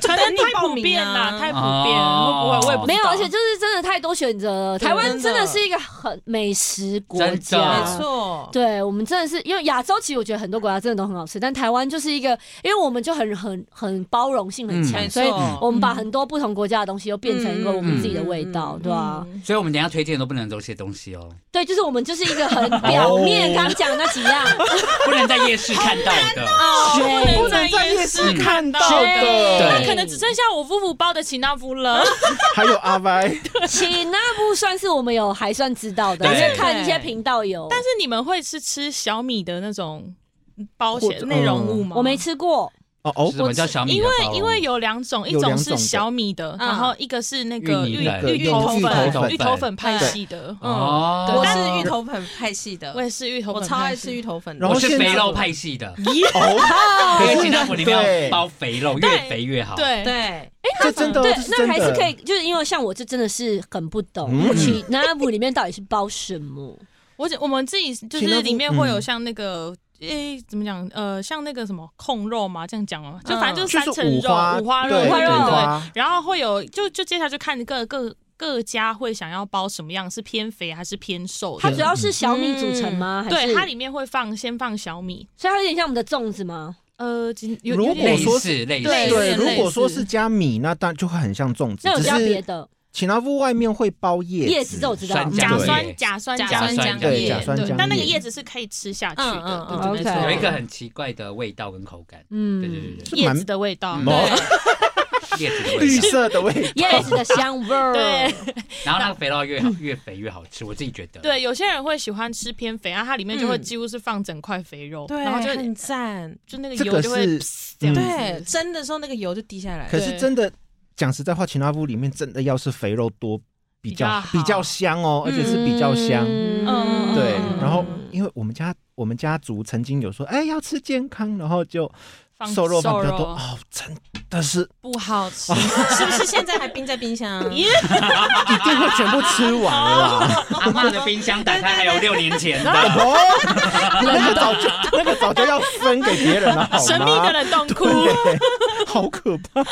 Speaker 5: 可能太
Speaker 4: 等你报
Speaker 5: 普遍
Speaker 4: 名啊
Speaker 5: 了，太普遍了，
Speaker 3: 哦
Speaker 5: 会不会？我也不
Speaker 1: 没
Speaker 5: 知
Speaker 1: 有，
Speaker 5: 道
Speaker 1: 而且就是真的太多选择了。
Speaker 4: 对
Speaker 1: 台湾真
Speaker 4: 真
Speaker 1: 的
Speaker 4: 的
Speaker 1: 是一个很美食国
Speaker 3: 真的
Speaker 1: 家，
Speaker 4: 没错，
Speaker 1: 对我们真的是，因为亚洲其实我觉得很多国家真的都很好吃，但台湾就是一个，因为我们就很很很包容性很强，
Speaker 4: 没
Speaker 1: 所以
Speaker 4: 错，
Speaker 1: 我们把很多不同国家的东西又变成一个我们自己的味道，对吧、
Speaker 3: 所以我们等一下推荐的都不能都这些东西哦，
Speaker 1: 对，就是我们就是一个很表面，
Speaker 2: 哦
Speaker 1: 刚刚讲的那几样，
Speaker 3: 不能在夜市看到的。
Speaker 5: 不
Speaker 1: 对
Speaker 5: 能在夜市看到
Speaker 1: 的
Speaker 5: 那
Speaker 1: 对
Speaker 5: 可能只剩下我夫妇包的奇纳夫 了。
Speaker 2: 还有阿歪，
Speaker 1: 请那不算是我们有还算知道的，因
Speaker 3: 对
Speaker 1: 为看一些频道有，
Speaker 5: 但是你们会是吃小米的那种包
Speaker 2: 或
Speaker 5: 馅
Speaker 2: 者
Speaker 5: 内容物吗？
Speaker 1: 我没吃过，
Speaker 2: 哦哦
Speaker 3: 是，什么叫小米的
Speaker 5: 因为
Speaker 3: 包容？
Speaker 5: 因为有两种，一
Speaker 2: 有两
Speaker 5: 种
Speaker 2: 种的
Speaker 5: 是小米的，
Speaker 4: 嗯
Speaker 5: 然后一个是那个
Speaker 3: 芋
Speaker 5: 芋
Speaker 3: 泥的
Speaker 5: 芋头
Speaker 2: 芋头
Speaker 5: 粉
Speaker 2: 粉
Speaker 5: 芋头粉派系的。嗯，
Speaker 3: 哦，
Speaker 4: 我是芋头粉派系的
Speaker 5: 我，也是芋头
Speaker 4: 我
Speaker 5: 粉，
Speaker 4: 超爱吃芋。头粉的，
Speaker 2: 然后
Speaker 3: 我是
Speaker 2: 现在
Speaker 3: 肥肉派系的，
Speaker 2: 哦，
Speaker 3: 因为鸡蛋粉里面哦
Speaker 2: 对
Speaker 3: 要包肥肉，越肥越好。，
Speaker 5: 对，
Speaker 4: 对，
Speaker 2: 这真的哦
Speaker 1: 对
Speaker 2: 这，是
Speaker 1: 那
Speaker 2: 真的
Speaker 1: 还是可以，就是因为像我这真的是很不懂，
Speaker 2: 嗯
Speaker 1: 我去那部里面到底是包什么？
Speaker 5: 我只我们自己就
Speaker 2: 请那嗯
Speaker 5: 是
Speaker 2: 部
Speaker 5: 里面会有像那个诶、怎么讲？呃，像那个什么控肉嘛，这样讲啊嘛，就
Speaker 4: 嗯
Speaker 5: 反正就是
Speaker 2: 就
Speaker 5: 三
Speaker 2: 是
Speaker 5: 层
Speaker 2: 五
Speaker 5: 肉、
Speaker 2: 花
Speaker 5: 五花肉、
Speaker 2: 对
Speaker 5: 啊对
Speaker 1: 五花肉
Speaker 5: 对
Speaker 2: 花
Speaker 5: 然后会有，就就接下来就看各各各家会想要包什么样，是偏肥还是偏瘦
Speaker 1: 它
Speaker 5: 的。
Speaker 1: 主要是小米组成吗？还
Speaker 5: 嗯对，
Speaker 1: 是
Speaker 5: 它里面会放先放小米，
Speaker 1: 所以它有点像我们的粽子吗？
Speaker 5: 呃，有
Speaker 2: 如
Speaker 5: 有
Speaker 2: 果
Speaker 5: 点
Speaker 3: 类
Speaker 2: 说
Speaker 3: 似类似，
Speaker 2: 对，
Speaker 5: 对有点
Speaker 2: 如
Speaker 5: 类
Speaker 2: 果说
Speaker 5: 似
Speaker 2: 是加米，那当然就会很像粽子
Speaker 1: 那，有
Speaker 2: 只
Speaker 1: 加别
Speaker 2: 是
Speaker 1: 的
Speaker 2: 请他屋外面会包叶
Speaker 1: 叶子，这我知道。
Speaker 3: 酸
Speaker 5: 甲
Speaker 2: 对
Speaker 5: 酸甲酸
Speaker 4: 甲
Speaker 5: 酸
Speaker 4: 酸
Speaker 5: 浆
Speaker 4: 浆
Speaker 2: 对
Speaker 5: 液
Speaker 2: 甲酸
Speaker 5: 对
Speaker 2: 浆
Speaker 5: 但那个
Speaker 2: 液
Speaker 5: 叶子是可以吃下去
Speaker 4: 嗯嗯
Speaker 5: 的，
Speaker 4: 嗯
Speaker 5: 对对对
Speaker 1: OK
Speaker 5: 没
Speaker 3: 有
Speaker 5: 错
Speaker 3: 一个很奇怪的味道跟口感，
Speaker 1: 嗯
Speaker 3: 对对对对，
Speaker 2: 是
Speaker 5: 叶
Speaker 2: 蛮
Speaker 5: 子的味道，
Speaker 3: 嗯
Speaker 5: 对
Speaker 2: 哦
Speaker 3: 叶子的
Speaker 2: 绿
Speaker 3: 味道。
Speaker 2: 色的 味道。
Speaker 1: 叶子的香味儿。
Speaker 5: 对，
Speaker 3: 然后那个肥肉越好越肥越好吃，我自己觉得。，
Speaker 5: 对，有些人会喜欢吃偏肥，然后它里面就会
Speaker 4: 嗯
Speaker 5: 几乎是放整块肥肉，
Speaker 4: 对，
Speaker 5: 然后就
Speaker 4: 很赞。
Speaker 3: 嗯
Speaker 5: 就那个
Speaker 2: 这
Speaker 5: 油
Speaker 2: 个
Speaker 5: 就会
Speaker 2: 是嗯
Speaker 5: 噗这样子。
Speaker 4: 对，蒸的时候那个油就滴下来
Speaker 2: 可
Speaker 4: 了。
Speaker 2: 是
Speaker 5: 对
Speaker 2: 真的讲实在话，秦拉夫里面真的要是肥肉多比较
Speaker 5: 比较好
Speaker 2: 比较香哦，而且是
Speaker 1: 嗯
Speaker 2: 比较香。
Speaker 5: 嗯
Speaker 2: 对
Speaker 5: 嗯，
Speaker 2: 然后因为我们家我们家族曾经有说，哎，要吃健康，然后就
Speaker 5: 放
Speaker 2: 瘦肉放比较
Speaker 5: 瘦
Speaker 2: 多
Speaker 5: 肉
Speaker 2: 哦，真的是
Speaker 5: 不好吃，
Speaker 4: 是不是现在还冰在冰箱？
Speaker 2: 一定会全部吃完了 啦。
Speaker 3: 阿妈的冰箱打开还有六年前的，
Speaker 2: 哦，那个早就那个早就要分给别人了，好吗？
Speaker 5: 神秘的冷冻库。
Speaker 2: 对好可怕。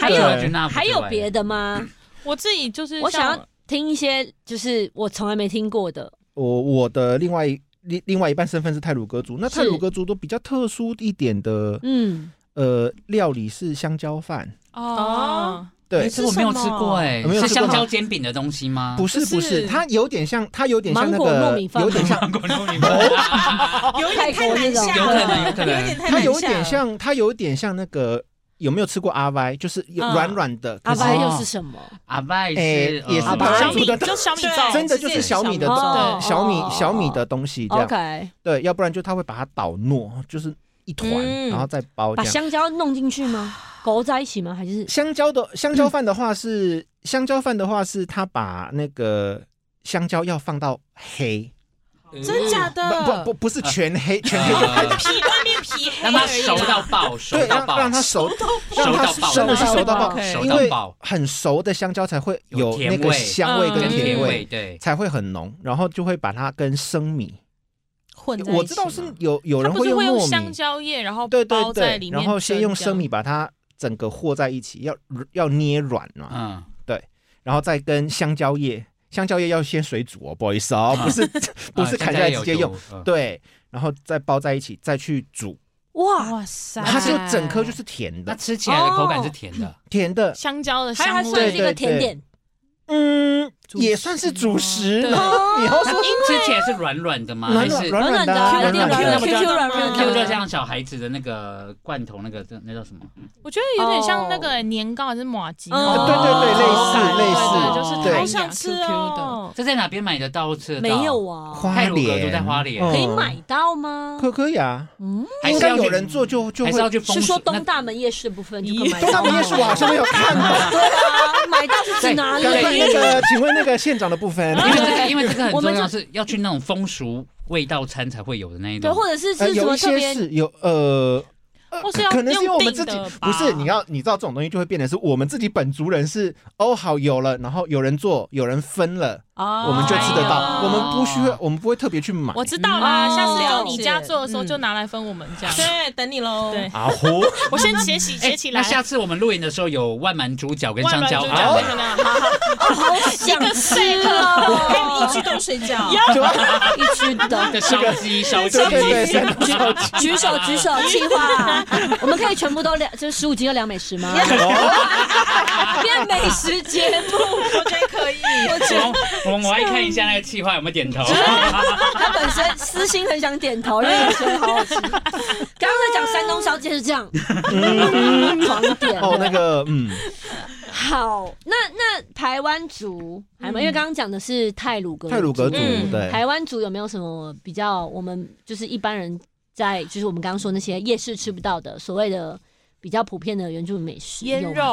Speaker 1: 还
Speaker 3: 除
Speaker 1: 有
Speaker 3: 了那
Speaker 1: 还有别
Speaker 3: 的，
Speaker 1: 的吗？
Speaker 5: 我自己就是
Speaker 1: 我想
Speaker 5: 像
Speaker 1: 要听一些就是我从来没听过的。
Speaker 2: 我我的另外一另另外一半身份是泰鲁格族，那
Speaker 1: 是
Speaker 2: 泰鲁格族都比较特殊一点的
Speaker 1: 嗯，
Speaker 2: 呃料理是香蕉饭，
Speaker 5: 哦，
Speaker 2: 对
Speaker 3: 可，是我没有吃过哎，
Speaker 2: 没有
Speaker 3: 是
Speaker 2: 吃过
Speaker 3: 香
Speaker 2: 吗
Speaker 3: 蕉煎饼的东西吗？
Speaker 2: 不是
Speaker 5: 不
Speaker 2: 不
Speaker 5: 是
Speaker 2: 是，它有点像它有点像
Speaker 1: 芒
Speaker 2: 那
Speaker 1: 果糯
Speaker 2: 个
Speaker 1: 米饭
Speaker 2: 有点 像。
Speaker 3: 芒果糯米饭，
Speaker 1: 有泰国那种
Speaker 3: 有可能有可
Speaker 4: 有点
Speaker 3: 能。
Speaker 4: 太
Speaker 2: 它
Speaker 4: 难
Speaker 2: 有
Speaker 4: 下了
Speaker 2: 点像，它有点像那个，有没有吃过阿歪？就是有
Speaker 4: 嗯
Speaker 2: 软软的，可
Speaker 1: 阿
Speaker 2: 是
Speaker 1: 拜又是什么？
Speaker 3: 阿拜是
Speaker 2: 哎
Speaker 3: 呃
Speaker 2: 也是
Speaker 3: 阿
Speaker 2: 白
Speaker 3: 拜
Speaker 5: 小
Speaker 2: 人
Speaker 5: 米
Speaker 2: 族的
Speaker 5: 就小米
Speaker 4: 对
Speaker 5: 皂，
Speaker 2: 真的就是小米的
Speaker 1: 哦
Speaker 5: 对
Speaker 1: 哦
Speaker 2: 小米
Speaker 1: 哦
Speaker 2: 小米的东西这样。
Speaker 1: OK，
Speaker 2: 对，要不然就它会把它捣糯，就是一团，
Speaker 4: 嗯
Speaker 2: 然后再包
Speaker 1: 把
Speaker 2: 这样。
Speaker 1: 香蕉弄进去吗？勾在一起吗？还是
Speaker 2: 香蕉的香蕉饭的话是、香蕉饭的话是它把那个香蕉要放到黑，
Speaker 4: 真假的？
Speaker 2: 嗯不不不不是全黑、全 黑就
Speaker 3: 呃
Speaker 4: 皮外面皮黑
Speaker 3: 让它
Speaker 4: 而已啦啊
Speaker 3: 熟到爆，熟
Speaker 2: 哎对，
Speaker 3: 到
Speaker 2: 让
Speaker 3: 爆，
Speaker 2: 让它熟，让
Speaker 3: 熟
Speaker 2: 它
Speaker 3: 到爆，
Speaker 2: 真的是熟到爆，
Speaker 4: OK
Speaker 3: 熟
Speaker 2: 因
Speaker 3: 到
Speaker 2: 为
Speaker 3: 爆，
Speaker 2: 很熟的香蕉才会
Speaker 3: 有
Speaker 2: 有
Speaker 3: 甜
Speaker 2: 那个
Speaker 3: 味
Speaker 2: 香味跟
Speaker 5: 嗯
Speaker 3: 跟
Speaker 2: 甜
Speaker 3: 甜
Speaker 2: 味
Speaker 3: 味，，对，
Speaker 2: 才会很浓，然后就会把它跟生米。
Speaker 4: 混在一起吗
Speaker 2: 我知道是有有
Speaker 5: 它
Speaker 2: 人
Speaker 5: 不
Speaker 2: 会
Speaker 5: 是
Speaker 2: 用
Speaker 5: 会用
Speaker 2: 糯
Speaker 5: 香
Speaker 2: 米，
Speaker 5: 蕉叶，然后
Speaker 2: 对对
Speaker 5: 包在
Speaker 2: 对
Speaker 5: 里，面，
Speaker 2: 然后先用生米。把它整个和在一起，要要捏软嘛、
Speaker 3: 嗯，
Speaker 2: 然后再跟香蕉叶，香蕉叶要先水煮哦，不好意思哦，不是不
Speaker 3: 呃
Speaker 2: 是砍下来直接用，
Speaker 3: 啊，
Speaker 2: 对，然后再包在一起再去煮，
Speaker 1: 哇？
Speaker 4: 哇塞，
Speaker 2: 它是整颗就是甜
Speaker 3: 那
Speaker 2: 的，
Speaker 3: 吃起来的口感是甜的，
Speaker 2: 甜的，
Speaker 5: 香蕉的
Speaker 1: 还有
Speaker 5: 香
Speaker 1: 它算
Speaker 5: 味，
Speaker 1: 是一个甜点，
Speaker 2: 嗯，
Speaker 5: 主
Speaker 2: 也算是主食
Speaker 5: 对
Speaker 2: 呢。你要哦说
Speaker 3: 吃起来是软软的吗？还
Speaker 2: 软软
Speaker 3: 是
Speaker 2: 软软的啊，
Speaker 1: 软软
Speaker 2: 软软
Speaker 1: 的
Speaker 3: 那
Speaker 2: 的，
Speaker 3: 不
Speaker 1: Q
Speaker 3: 就
Speaker 1: Q 软
Speaker 4: 真的
Speaker 1: 软
Speaker 4: 吗
Speaker 3: Q 就
Speaker 1: 的，
Speaker 3: 像小孩子的那个罐头，那个那叫什么？
Speaker 5: 我觉得有
Speaker 2: 哦
Speaker 5: 点像那个年糕还是马吉
Speaker 4: 哦
Speaker 5: 那种
Speaker 4: 对对对类似
Speaker 5: 口感
Speaker 2: 类
Speaker 5: 对
Speaker 2: 似
Speaker 5: 就是
Speaker 2: 对
Speaker 5: 它
Speaker 4: 好想吃
Speaker 5: Q Q 的。
Speaker 4: 哦。
Speaker 3: 这在哪边买得到？吃得
Speaker 1: 没
Speaker 3: 到
Speaker 1: 有，啊？
Speaker 2: 花
Speaker 3: 泰鲁格
Speaker 2: 莲
Speaker 3: 都在花莲，
Speaker 1: 可以
Speaker 2: 嗯
Speaker 1: 买到吗？
Speaker 2: 可可以啊，
Speaker 3: 还
Speaker 2: 应
Speaker 3: 是
Speaker 2: 该
Speaker 3: 要去
Speaker 2: 有人做就就
Speaker 3: 还
Speaker 2: 会
Speaker 3: 是。要去
Speaker 1: 是
Speaker 3: 封
Speaker 1: 说
Speaker 3: 锁
Speaker 1: 东大门夜市的部分就可以买到
Speaker 2: 东
Speaker 1: 吗？
Speaker 2: 大门夜市 我好像没有看到，
Speaker 1: 对啊，买到是指哪
Speaker 2: 刚才那
Speaker 1: 里？
Speaker 2: 个，请问那个县长的部分，
Speaker 5: 啊
Speaker 3: 因为这个，因为这个很
Speaker 1: 我们
Speaker 3: 重
Speaker 1: 就
Speaker 3: 要，是要去那种风俗味道餐才会有的那一
Speaker 1: 对，
Speaker 3: 种。
Speaker 1: 或者是
Speaker 2: 呃
Speaker 1: 是什
Speaker 2: 有
Speaker 1: 么
Speaker 2: 一
Speaker 1: 特
Speaker 2: 些
Speaker 1: 别？
Speaker 2: 是有呃。
Speaker 5: 或哦是要
Speaker 2: 可能是因为我们
Speaker 5: 用
Speaker 2: 自
Speaker 5: 定
Speaker 2: 己
Speaker 5: 的吧
Speaker 2: 不是你要你知道这种东西就会变成是我们自己本族人是哦好有了，然后有人做有人分了，
Speaker 4: 哦
Speaker 2: 我们就吃得
Speaker 5: 哎
Speaker 2: 到，我
Speaker 5: 呦
Speaker 2: 们不需要我们不会特别去买。
Speaker 5: 我知道啦，
Speaker 4: 嗯
Speaker 5: 下次
Speaker 4: 了
Speaker 5: 到
Speaker 4: 解嗯
Speaker 5: 你家做的时候就拿来分我们家。
Speaker 4: 对，等你喽。
Speaker 5: 对
Speaker 2: 啊呼，
Speaker 5: 我先写起
Speaker 3: 哎
Speaker 5: 写起来
Speaker 3: 那。下次我们露营的时候有万满猪脚跟
Speaker 5: 万
Speaker 3: 香
Speaker 5: 人
Speaker 3: 蕉啊
Speaker 5: 猪
Speaker 3: 好
Speaker 5: 脚 真的好好
Speaker 1: 想吃
Speaker 5: 哎
Speaker 4: 还 有
Speaker 1: 哦，
Speaker 4: 一居冻水饺，
Speaker 2: 就
Speaker 1: 一区的
Speaker 3: 的。烧鸡、烧鸡
Speaker 2: 对，对对，真 的
Speaker 1: 举手举手，计划， 我们可以全部都量，就是十五斤要量美食吗？
Speaker 2: 哦
Speaker 1: 变美食 节目，
Speaker 4: 我觉得可以。
Speaker 3: 我们我们来看一下那个气划有没有点头。
Speaker 1: 他本身私心很想点头，因为觉得好好吃。刚刚在讲山东小姐是这样，狂点
Speaker 2: 哦那个嗯，
Speaker 1: 好，那那台湾族还吗？因为刚刚讲的是泰鲁格族
Speaker 2: 泰鲁格族
Speaker 4: 嗯
Speaker 2: 对，
Speaker 1: 台湾族有没有什么比较我们就是一般人在就是我们刚刚说那些夜市吃不到的所谓的比较普遍的原住民美食？
Speaker 5: 腌
Speaker 1: 有吗
Speaker 5: 肉，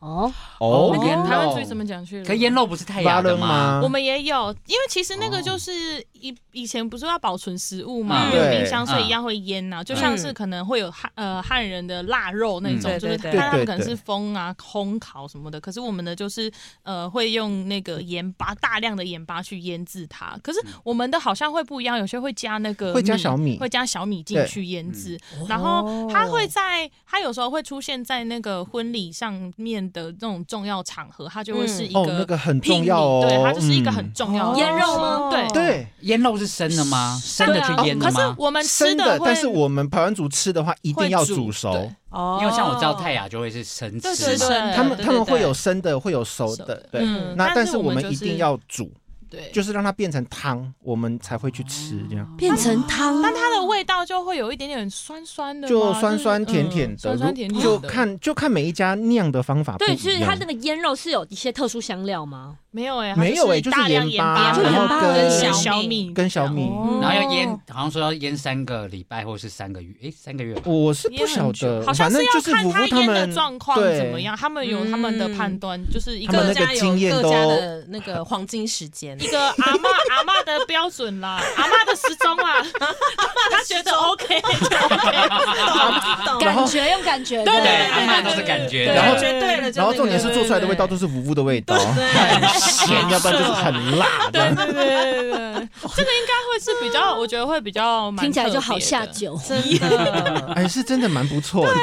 Speaker 1: 哦，
Speaker 3: 哦
Speaker 2: 哦，
Speaker 3: 腌肉
Speaker 5: 台湾主语怎么讲去了？
Speaker 3: 可腌肉不是太雅的吗？
Speaker 2: 啊
Speaker 5: 我们也有，因为其实那个
Speaker 3: 哦
Speaker 5: 就是以以前不是要保存食物嘛，
Speaker 3: 嗯
Speaker 5: 没有
Speaker 2: 对
Speaker 5: 冰箱，所以
Speaker 3: 嗯
Speaker 5: 一样会腌呐、就像
Speaker 2: 嗯
Speaker 5: 是可能会有汉呃汉人的腊肉那种，
Speaker 4: 嗯
Speaker 5: 就
Speaker 4: 对
Speaker 5: 是
Speaker 4: 对对
Speaker 5: 但他
Speaker 2: 对
Speaker 5: 们
Speaker 2: 对
Speaker 5: 可能是风啊、烘烤什么的，可是我们的就是呃会用那个盐巴大量的盐巴去腌制它。可是我们的好像会不一样，有些会加那个
Speaker 2: 会加小米嗯
Speaker 5: 会加小米进
Speaker 2: 对
Speaker 5: 去腌制，然后
Speaker 4: 哦
Speaker 5: 它会在它有时候会出现在那个婚礼上面的那种重要场合，它就会是一个、
Speaker 2: 哦，那个很重要哦，
Speaker 5: 对，它就是一个
Speaker 2: 嗯
Speaker 5: 很重要的
Speaker 6: 哦腌肉
Speaker 5: 东西
Speaker 6: 吗
Speaker 5: 对。
Speaker 2: 对。
Speaker 3: 腌肉是生的吗？生
Speaker 5: 对
Speaker 3: 的
Speaker 5: 啊
Speaker 3: 去腌的
Speaker 5: 可是
Speaker 3: 吗？
Speaker 5: 我们吃
Speaker 2: 生的，
Speaker 5: 会，
Speaker 2: 但是我们排湾族吃的话，一定要
Speaker 5: 会煮
Speaker 2: 熟
Speaker 5: 对。
Speaker 4: 哦
Speaker 3: 因为像我知道泰雅就会是生吃
Speaker 5: 对
Speaker 3: 嘛
Speaker 5: 对
Speaker 4: 是
Speaker 5: 对，
Speaker 2: 他们
Speaker 5: 嗯对
Speaker 2: 他们
Speaker 5: 对
Speaker 2: 会有
Speaker 5: 对
Speaker 2: 生的，会有熟
Speaker 5: 熟
Speaker 2: 的
Speaker 5: 的，
Speaker 2: 对。
Speaker 5: 嗯
Speaker 2: 那
Speaker 5: 但
Speaker 2: 但
Speaker 5: 是
Speaker 2: 是我们
Speaker 5: 们就
Speaker 2: 一
Speaker 5: 是
Speaker 2: 定要煮，
Speaker 5: 对，
Speaker 2: 就是让它变成汤，我们才会去吃这
Speaker 5: 哦
Speaker 2: 样。
Speaker 1: 变成汤，
Speaker 5: 但它的味道就会有一点点酸酸的嘛，
Speaker 2: 就酸酸
Speaker 5: 就是
Speaker 2: 甜
Speaker 5: 嗯
Speaker 2: 甜的，
Speaker 5: 酸
Speaker 2: 如
Speaker 5: 酸甜甜的，
Speaker 2: 就看就看每一家酿的方法不一
Speaker 1: 对，
Speaker 2: 样。
Speaker 1: 所以它那个腌肉是有一些特殊香料吗？
Speaker 5: 没有哎，
Speaker 2: 没有
Speaker 5: 哎，
Speaker 2: 欸就是
Speaker 5: 大量
Speaker 2: 盐
Speaker 5: 盐
Speaker 2: 巴
Speaker 1: 然后
Speaker 5: 巴
Speaker 1: 跟
Speaker 5: 小
Speaker 4: 小
Speaker 5: 米，
Speaker 2: 跟小米，
Speaker 3: 然后要腌
Speaker 1: 哦，
Speaker 3: 好像说要腌三个礼拜或是三个月，诶，三个月吧。
Speaker 2: 我是
Speaker 5: 也
Speaker 2: 不
Speaker 5: 很
Speaker 2: 晓
Speaker 5: 久
Speaker 2: 得，
Speaker 5: 好像
Speaker 2: 反正
Speaker 5: 是
Speaker 2: 就
Speaker 5: 要
Speaker 2: 是
Speaker 5: 看
Speaker 2: 五
Speaker 5: 他
Speaker 2: 夫他
Speaker 5: 腌的
Speaker 2: 们
Speaker 5: 状况
Speaker 2: 对
Speaker 5: 怎么样，他们有他们的
Speaker 4: 嗯
Speaker 5: 判断，就是一
Speaker 2: 他们
Speaker 5: 个
Speaker 2: 那
Speaker 4: 各
Speaker 2: 个
Speaker 4: 家有
Speaker 2: 经验
Speaker 4: 各家
Speaker 2: 都
Speaker 4: 的那个黄金时间
Speaker 5: 一。个阿妈阿妈的标准啦，阿妈的时钟啦， 他觉得 OK 就 OK，
Speaker 1: 感觉用感觉，
Speaker 5: 对
Speaker 3: 对
Speaker 5: 对
Speaker 3: 阿嬷都是感觉的
Speaker 5: 对
Speaker 2: 然后
Speaker 5: 绝对了，就
Speaker 2: 然后
Speaker 5: 那
Speaker 2: 重
Speaker 5: 个
Speaker 2: 点是做出来的味道都是五夫的味道，很咸，要不然就是很辣
Speaker 5: 对
Speaker 2: 的。
Speaker 5: 对对对对，对这个应该会是比较，我觉得会比较蛮
Speaker 1: 听起来就好
Speaker 5: 特别的
Speaker 1: 下。酒。
Speaker 4: 真 的，
Speaker 2: 哎，是真的蛮不错的。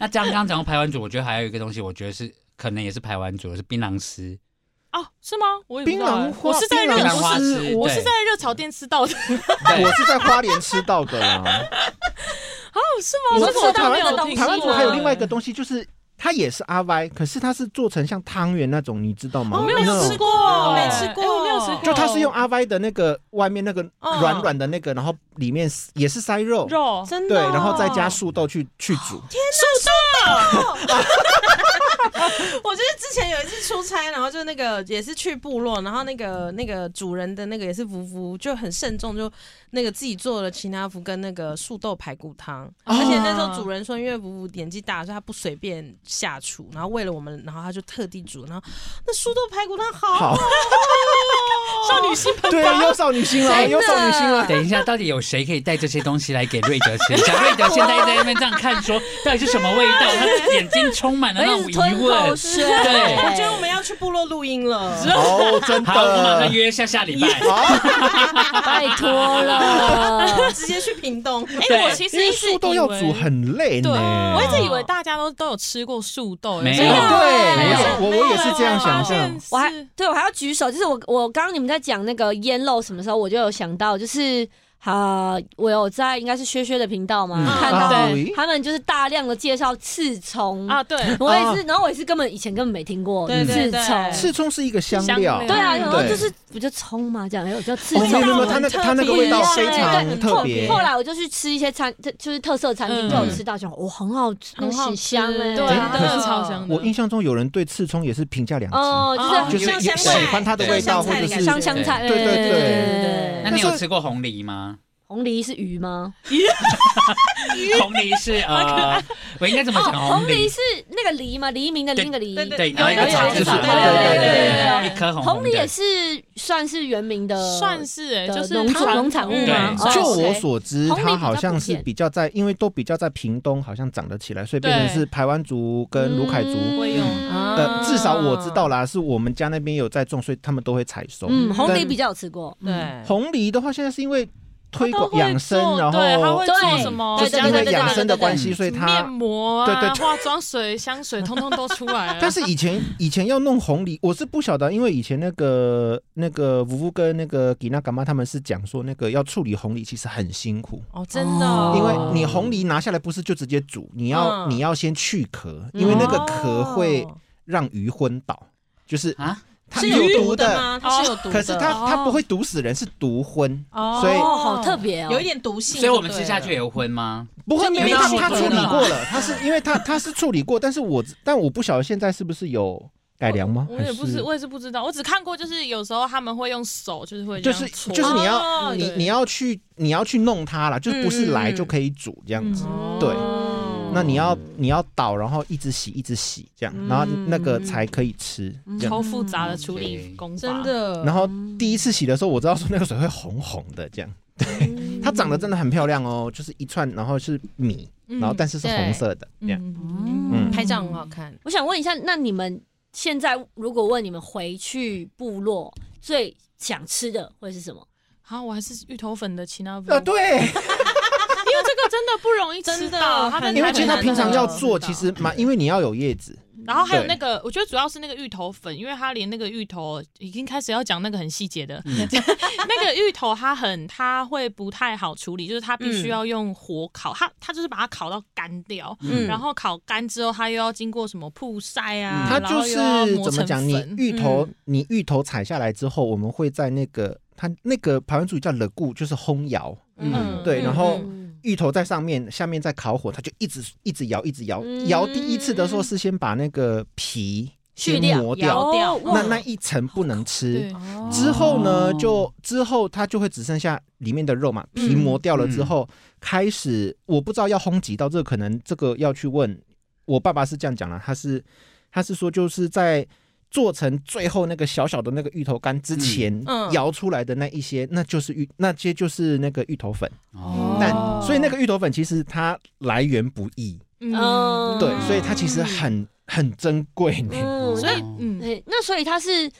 Speaker 3: 那这样刚刚讲到排湾族，我觉得还有一个东西，我觉得是可能也是排湾族的，是槟榔丝。
Speaker 5: 哦，是吗？我也不知
Speaker 2: 槟
Speaker 5: 道哎
Speaker 2: 榔花，
Speaker 5: 我是在热
Speaker 2: 槟榔
Speaker 5: 我
Speaker 2: 花
Speaker 5: 是
Speaker 2: 是
Speaker 3: 汁
Speaker 5: 我
Speaker 3: 对
Speaker 5: 是在热炒店吃到的，
Speaker 3: 对
Speaker 2: 我是在花莲吃到的啦。
Speaker 5: 我
Speaker 2: 我
Speaker 5: 这
Speaker 2: 知道
Speaker 5: 个我倒
Speaker 2: 台
Speaker 5: 没
Speaker 2: 湾
Speaker 5: 有
Speaker 1: 的东
Speaker 5: 听
Speaker 1: 西
Speaker 2: 台湾族
Speaker 5: 过
Speaker 2: 还有另外一个东西，就是它也是阿歪，可是它是做成像汤圆那种，你知道吗？
Speaker 5: 哦我没有
Speaker 2: 那种
Speaker 5: 吃过，我
Speaker 4: 哎没
Speaker 5: 没
Speaker 4: 吃
Speaker 5: 吃
Speaker 4: 过
Speaker 5: 过，我没有吃过，
Speaker 2: 就它是用阿歪的那个外面那个
Speaker 4: 嗯
Speaker 2: 软软的那个，然后里面是也是塞肉，
Speaker 5: 肉，
Speaker 4: 真的
Speaker 2: 对，
Speaker 4: 哦，
Speaker 2: 然后再加素豆去去煮。
Speaker 4: 我就是之前有一次出差，然后就那个也是去部落，然后那个那个主人的那个也是夫妇，就很慎重，就那个自己做了奇拿福跟那个素豆排骨汤，
Speaker 1: 哦
Speaker 4: 而且那时候主人说，因为夫妇年纪大，所以他不随便下厨，然后为了我们，然后他就特地煮，然后那素豆排骨汤好
Speaker 2: 好，
Speaker 5: 少女心喷
Speaker 2: 对，
Speaker 5: 发，
Speaker 2: 又少女心了，又少女心啊了。
Speaker 3: 等一下，到底有谁可以带这些东西来给瑞德吃？小瑞德现在一直在那边这样看说，到底是什么味道？他的眼睛充满了
Speaker 1: 我
Speaker 3: 那
Speaker 1: 一
Speaker 3: 种
Speaker 1: 直
Speaker 3: 疑
Speaker 1: 吞口
Speaker 3: 问。
Speaker 1: 水，
Speaker 3: 对
Speaker 4: 我觉得我们要去部落录音了。
Speaker 2: 哦，真
Speaker 3: 好，我马上
Speaker 2: 的。
Speaker 3: 约下下礼拜。
Speaker 2: 好，
Speaker 1: 拜托了，
Speaker 4: 直接去 屏东，
Speaker 5: 哎，我其实
Speaker 2: 因为
Speaker 5: 一直
Speaker 2: 素豆
Speaker 5: 以
Speaker 2: 要
Speaker 5: 为
Speaker 2: 煮很累
Speaker 5: 对，
Speaker 2: 呢。
Speaker 5: 我一直以为大家都都有吃过素豆，
Speaker 3: 没有
Speaker 5: 所以
Speaker 2: 哦对，
Speaker 3: 没有
Speaker 5: 啊
Speaker 2: 我也我我也是这样想
Speaker 5: 发
Speaker 2: 象
Speaker 5: 现。是
Speaker 1: 我还嗯对我还要举手，就是我我刚刚你们在讲那个腌肉什么时候，我就有想到，就是啊、我有在应该是薛薛的频道嘛，
Speaker 3: 嗯
Speaker 1: 看到
Speaker 2: 啊
Speaker 5: 对
Speaker 1: 他们就是大量的介绍刺葱
Speaker 5: 啊，，对，
Speaker 1: 我也是，然后我也是根本以前根本没听过
Speaker 4: 对
Speaker 1: 刺
Speaker 4: 对
Speaker 1: 葱
Speaker 4: 对，
Speaker 2: 刺葱是一个香
Speaker 5: 香
Speaker 2: 料
Speaker 5: 料，
Speaker 1: 对啊，
Speaker 5: 嗯
Speaker 1: 然后
Speaker 2: 对
Speaker 1: 就是不就葱嘛，这样，还哎有叫刺
Speaker 2: 哦，
Speaker 1: 葱
Speaker 2: 没有没有没有，它那它那个味道非常
Speaker 4: 对
Speaker 2: 特
Speaker 1: 后
Speaker 2: 别。
Speaker 1: 后来我就去吃一些餐，就就是特色餐厅，
Speaker 5: 嗯
Speaker 1: 就有吃到，想哇、很好吃，那
Speaker 5: 很好
Speaker 1: 个
Speaker 5: 吃
Speaker 1: 香哎、
Speaker 5: 对啊，
Speaker 2: 真的
Speaker 5: 真的超香的。
Speaker 2: 我印象中有人对刺葱也是评价两极。
Speaker 1: 哦、
Speaker 5: 哦
Speaker 1: 就是
Speaker 2: 就是
Speaker 4: 像香菜
Speaker 2: 喜欢它的味道，
Speaker 4: 像香
Speaker 2: 或
Speaker 4: 菜
Speaker 2: 者
Speaker 4: 的感
Speaker 2: 是
Speaker 4: 觉
Speaker 1: 香香菜，
Speaker 2: 对对对
Speaker 3: 那你有吃过红梨吗？
Speaker 1: 红梨是鱼吗？
Speaker 3: 红梨是呃，我应该怎么讲？
Speaker 1: 红
Speaker 3: 梨
Speaker 1: 梨是那个梨吗？黎明的那个梨。
Speaker 3: 对，然后一个草字旁，
Speaker 1: 有有有有有有有
Speaker 3: 对
Speaker 5: 有
Speaker 3: 一颗红
Speaker 1: 红梨
Speaker 3: 的
Speaker 1: 也是算是原名的，
Speaker 5: 算是哎，
Speaker 1: 呃的
Speaker 5: 就是
Speaker 1: 农
Speaker 5: 它
Speaker 1: 农产物
Speaker 5: 嗯
Speaker 3: 吗
Speaker 5: 算
Speaker 2: 就是我所知，
Speaker 1: 红梨比较
Speaker 2: 它好像
Speaker 1: 不
Speaker 2: 是
Speaker 1: 甜
Speaker 2: 比较在，因为都比较在屏东，好像长得起来，所以
Speaker 5: 对
Speaker 2: 变成是排湾族跟卢凯族。
Speaker 1: 嗯
Speaker 5: 会用
Speaker 2: 呃，至少我知道啦，是我们家那边有在种，所以他们都会采收。
Speaker 1: 嗯，红梨
Speaker 2: 但
Speaker 1: 比较有吃过，
Speaker 4: 对
Speaker 1: 嗯，
Speaker 2: 红梨的话，现在是因为推
Speaker 5: 它都
Speaker 2: 广
Speaker 5: 会
Speaker 2: 养生，
Speaker 5: 做
Speaker 2: 然后
Speaker 5: 对，它会做
Speaker 1: 对
Speaker 5: 什么？
Speaker 2: 就是因
Speaker 1: 对对
Speaker 2: 为
Speaker 1: 对
Speaker 2: 养生的
Speaker 1: 对对
Speaker 2: 关系，所以
Speaker 5: 面
Speaker 2: 它。
Speaker 5: 膜啊，
Speaker 2: 对对对
Speaker 5: 化妆水、香水，通通都出来了。
Speaker 2: 但是以前以前要弄红梨，我是不晓得，因为以前那个那个吴夫跟那个吉娜干妈他们是讲说，那个要处理红梨其实很辛苦。
Speaker 4: 哦，真的哦，
Speaker 2: 因为你红梨拿下来不是就直接煮，你要、
Speaker 4: 嗯
Speaker 2: 你要先去壳，因为那个壳会
Speaker 4: 哦
Speaker 2: 让鱼昏倒，就是
Speaker 3: 啊，
Speaker 2: 它
Speaker 4: 是
Speaker 2: 有
Speaker 4: 有毒
Speaker 2: 毒
Speaker 4: 的？吗？它是有毒的，
Speaker 2: 可是它
Speaker 5: 哦
Speaker 2: 它不会毒死人，是毒昏，
Speaker 4: 哦
Speaker 2: 所以
Speaker 1: 哦，好特别哦，
Speaker 4: 有一点毒性，
Speaker 3: 所以我们吃下去也有荤吗？
Speaker 2: 不会
Speaker 4: 就你
Speaker 2: 因为
Speaker 4: 没
Speaker 2: 它
Speaker 4: 吃
Speaker 2: 它
Speaker 4: 过
Speaker 2: 处理
Speaker 4: 了
Speaker 2: 过了，它是因为它它是处理过，但是我但我不晓得现在是不是有改良吗？
Speaker 5: 我
Speaker 2: 还
Speaker 5: 也不是，我也是不知道，我只看过，就是有时候他们会用手，就是会这
Speaker 2: 就
Speaker 5: 样
Speaker 2: 是
Speaker 5: 搓
Speaker 2: 就是你要、
Speaker 4: 哦
Speaker 2: 你
Speaker 5: 对
Speaker 2: 你要去你要去弄它啦，就是不是来
Speaker 4: 嗯嗯
Speaker 2: 就可以煮这样子。
Speaker 5: 嗯
Speaker 2: 对
Speaker 4: 哦
Speaker 2: 那你要你要倒，然后一直洗一直洗这样，然后那
Speaker 4: 嗯
Speaker 2: 个才可以吃这样。
Speaker 5: 超复杂的处
Speaker 2: 嗯
Speaker 5: 理工法，
Speaker 4: 真的。
Speaker 2: 然后第一次洗的时候，我知道说那个水会红红的这样，
Speaker 1: 嗯
Speaker 2: 对，它长得真的很漂亮哦，就是一串，然后是米，
Speaker 5: 嗯，
Speaker 2: 然后但是是红色的这样。
Speaker 5: 嗯
Speaker 2: 嗯
Speaker 4: 拍照很好看，
Speaker 1: 我想问一下，那你们现在如果问你们回去部落最想吃的会是什么？
Speaker 5: 好，我还是芋头粉的奇纳布，
Speaker 2: 啊，对，
Speaker 5: 因为这个真的不容易吃
Speaker 4: 真的
Speaker 5: 到，他
Speaker 4: 很
Speaker 5: 们
Speaker 2: 因为
Speaker 4: 难
Speaker 2: 其实它
Speaker 4: 很
Speaker 2: 平常要
Speaker 4: 难
Speaker 2: 做，其实蛮，因为你要有叶子，
Speaker 5: 然后还有
Speaker 2: 对
Speaker 5: 那个，我觉得主要是那个芋头粉，因为它连那个芋头已经开始要讲那个很细节的，那个芋头它很它会不太好处理，就是它必须要用火烤，它它就是把它烤到干掉，
Speaker 4: 嗯
Speaker 5: 然后烤干之后它又要经过什么曝晒啊，
Speaker 2: 它
Speaker 5: 然
Speaker 2: 就
Speaker 5: 后又要
Speaker 2: 是
Speaker 5: 磨
Speaker 2: 怎么
Speaker 5: 成
Speaker 2: 讲？你
Speaker 5: 粉。
Speaker 2: 芋头，你芋头采下来之后，我们会在那个它那个排湾主语叫 l 固，就是烘窑，
Speaker 3: 嗯
Speaker 2: 对，然后
Speaker 4: 嗯
Speaker 2: 芋头在上面，下面在烤火，它就一直一直摇，一直摇
Speaker 1: 嗯。
Speaker 2: 摇第一次的时候是先把那个皮
Speaker 1: 去
Speaker 2: 先
Speaker 1: 掉
Speaker 2: 磨掉，
Speaker 4: 摇掉
Speaker 1: 哦
Speaker 2: 那
Speaker 1: 哇
Speaker 2: 那一层不能吃
Speaker 5: 对。，
Speaker 2: 之后呢
Speaker 3: 哦，
Speaker 2: 就之后它就会只剩下里面的肉嘛，皮
Speaker 4: 嗯
Speaker 2: 磨掉了之后，开始我不知道要烘几道，这个可能这个要去问我爸爸是这样讲了，他是他是说就是在做成最后那个小小的那个芋头干之前
Speaker 4: 嗯嗯
Speaker 2: 摇出来的那一些，那就是芋那些就是那个芋头粉，
Speaker 3: 哦
Speaker 2: 但所以那个芋头粉其实它来源不易，
Speaker 5: 嗯，
Speaker 2: 对，所以它其实很很珍贵呢。
Speaker 1: 嗯
Speaker 5: 所以嗯，
Speaker 1: 对，那所以它是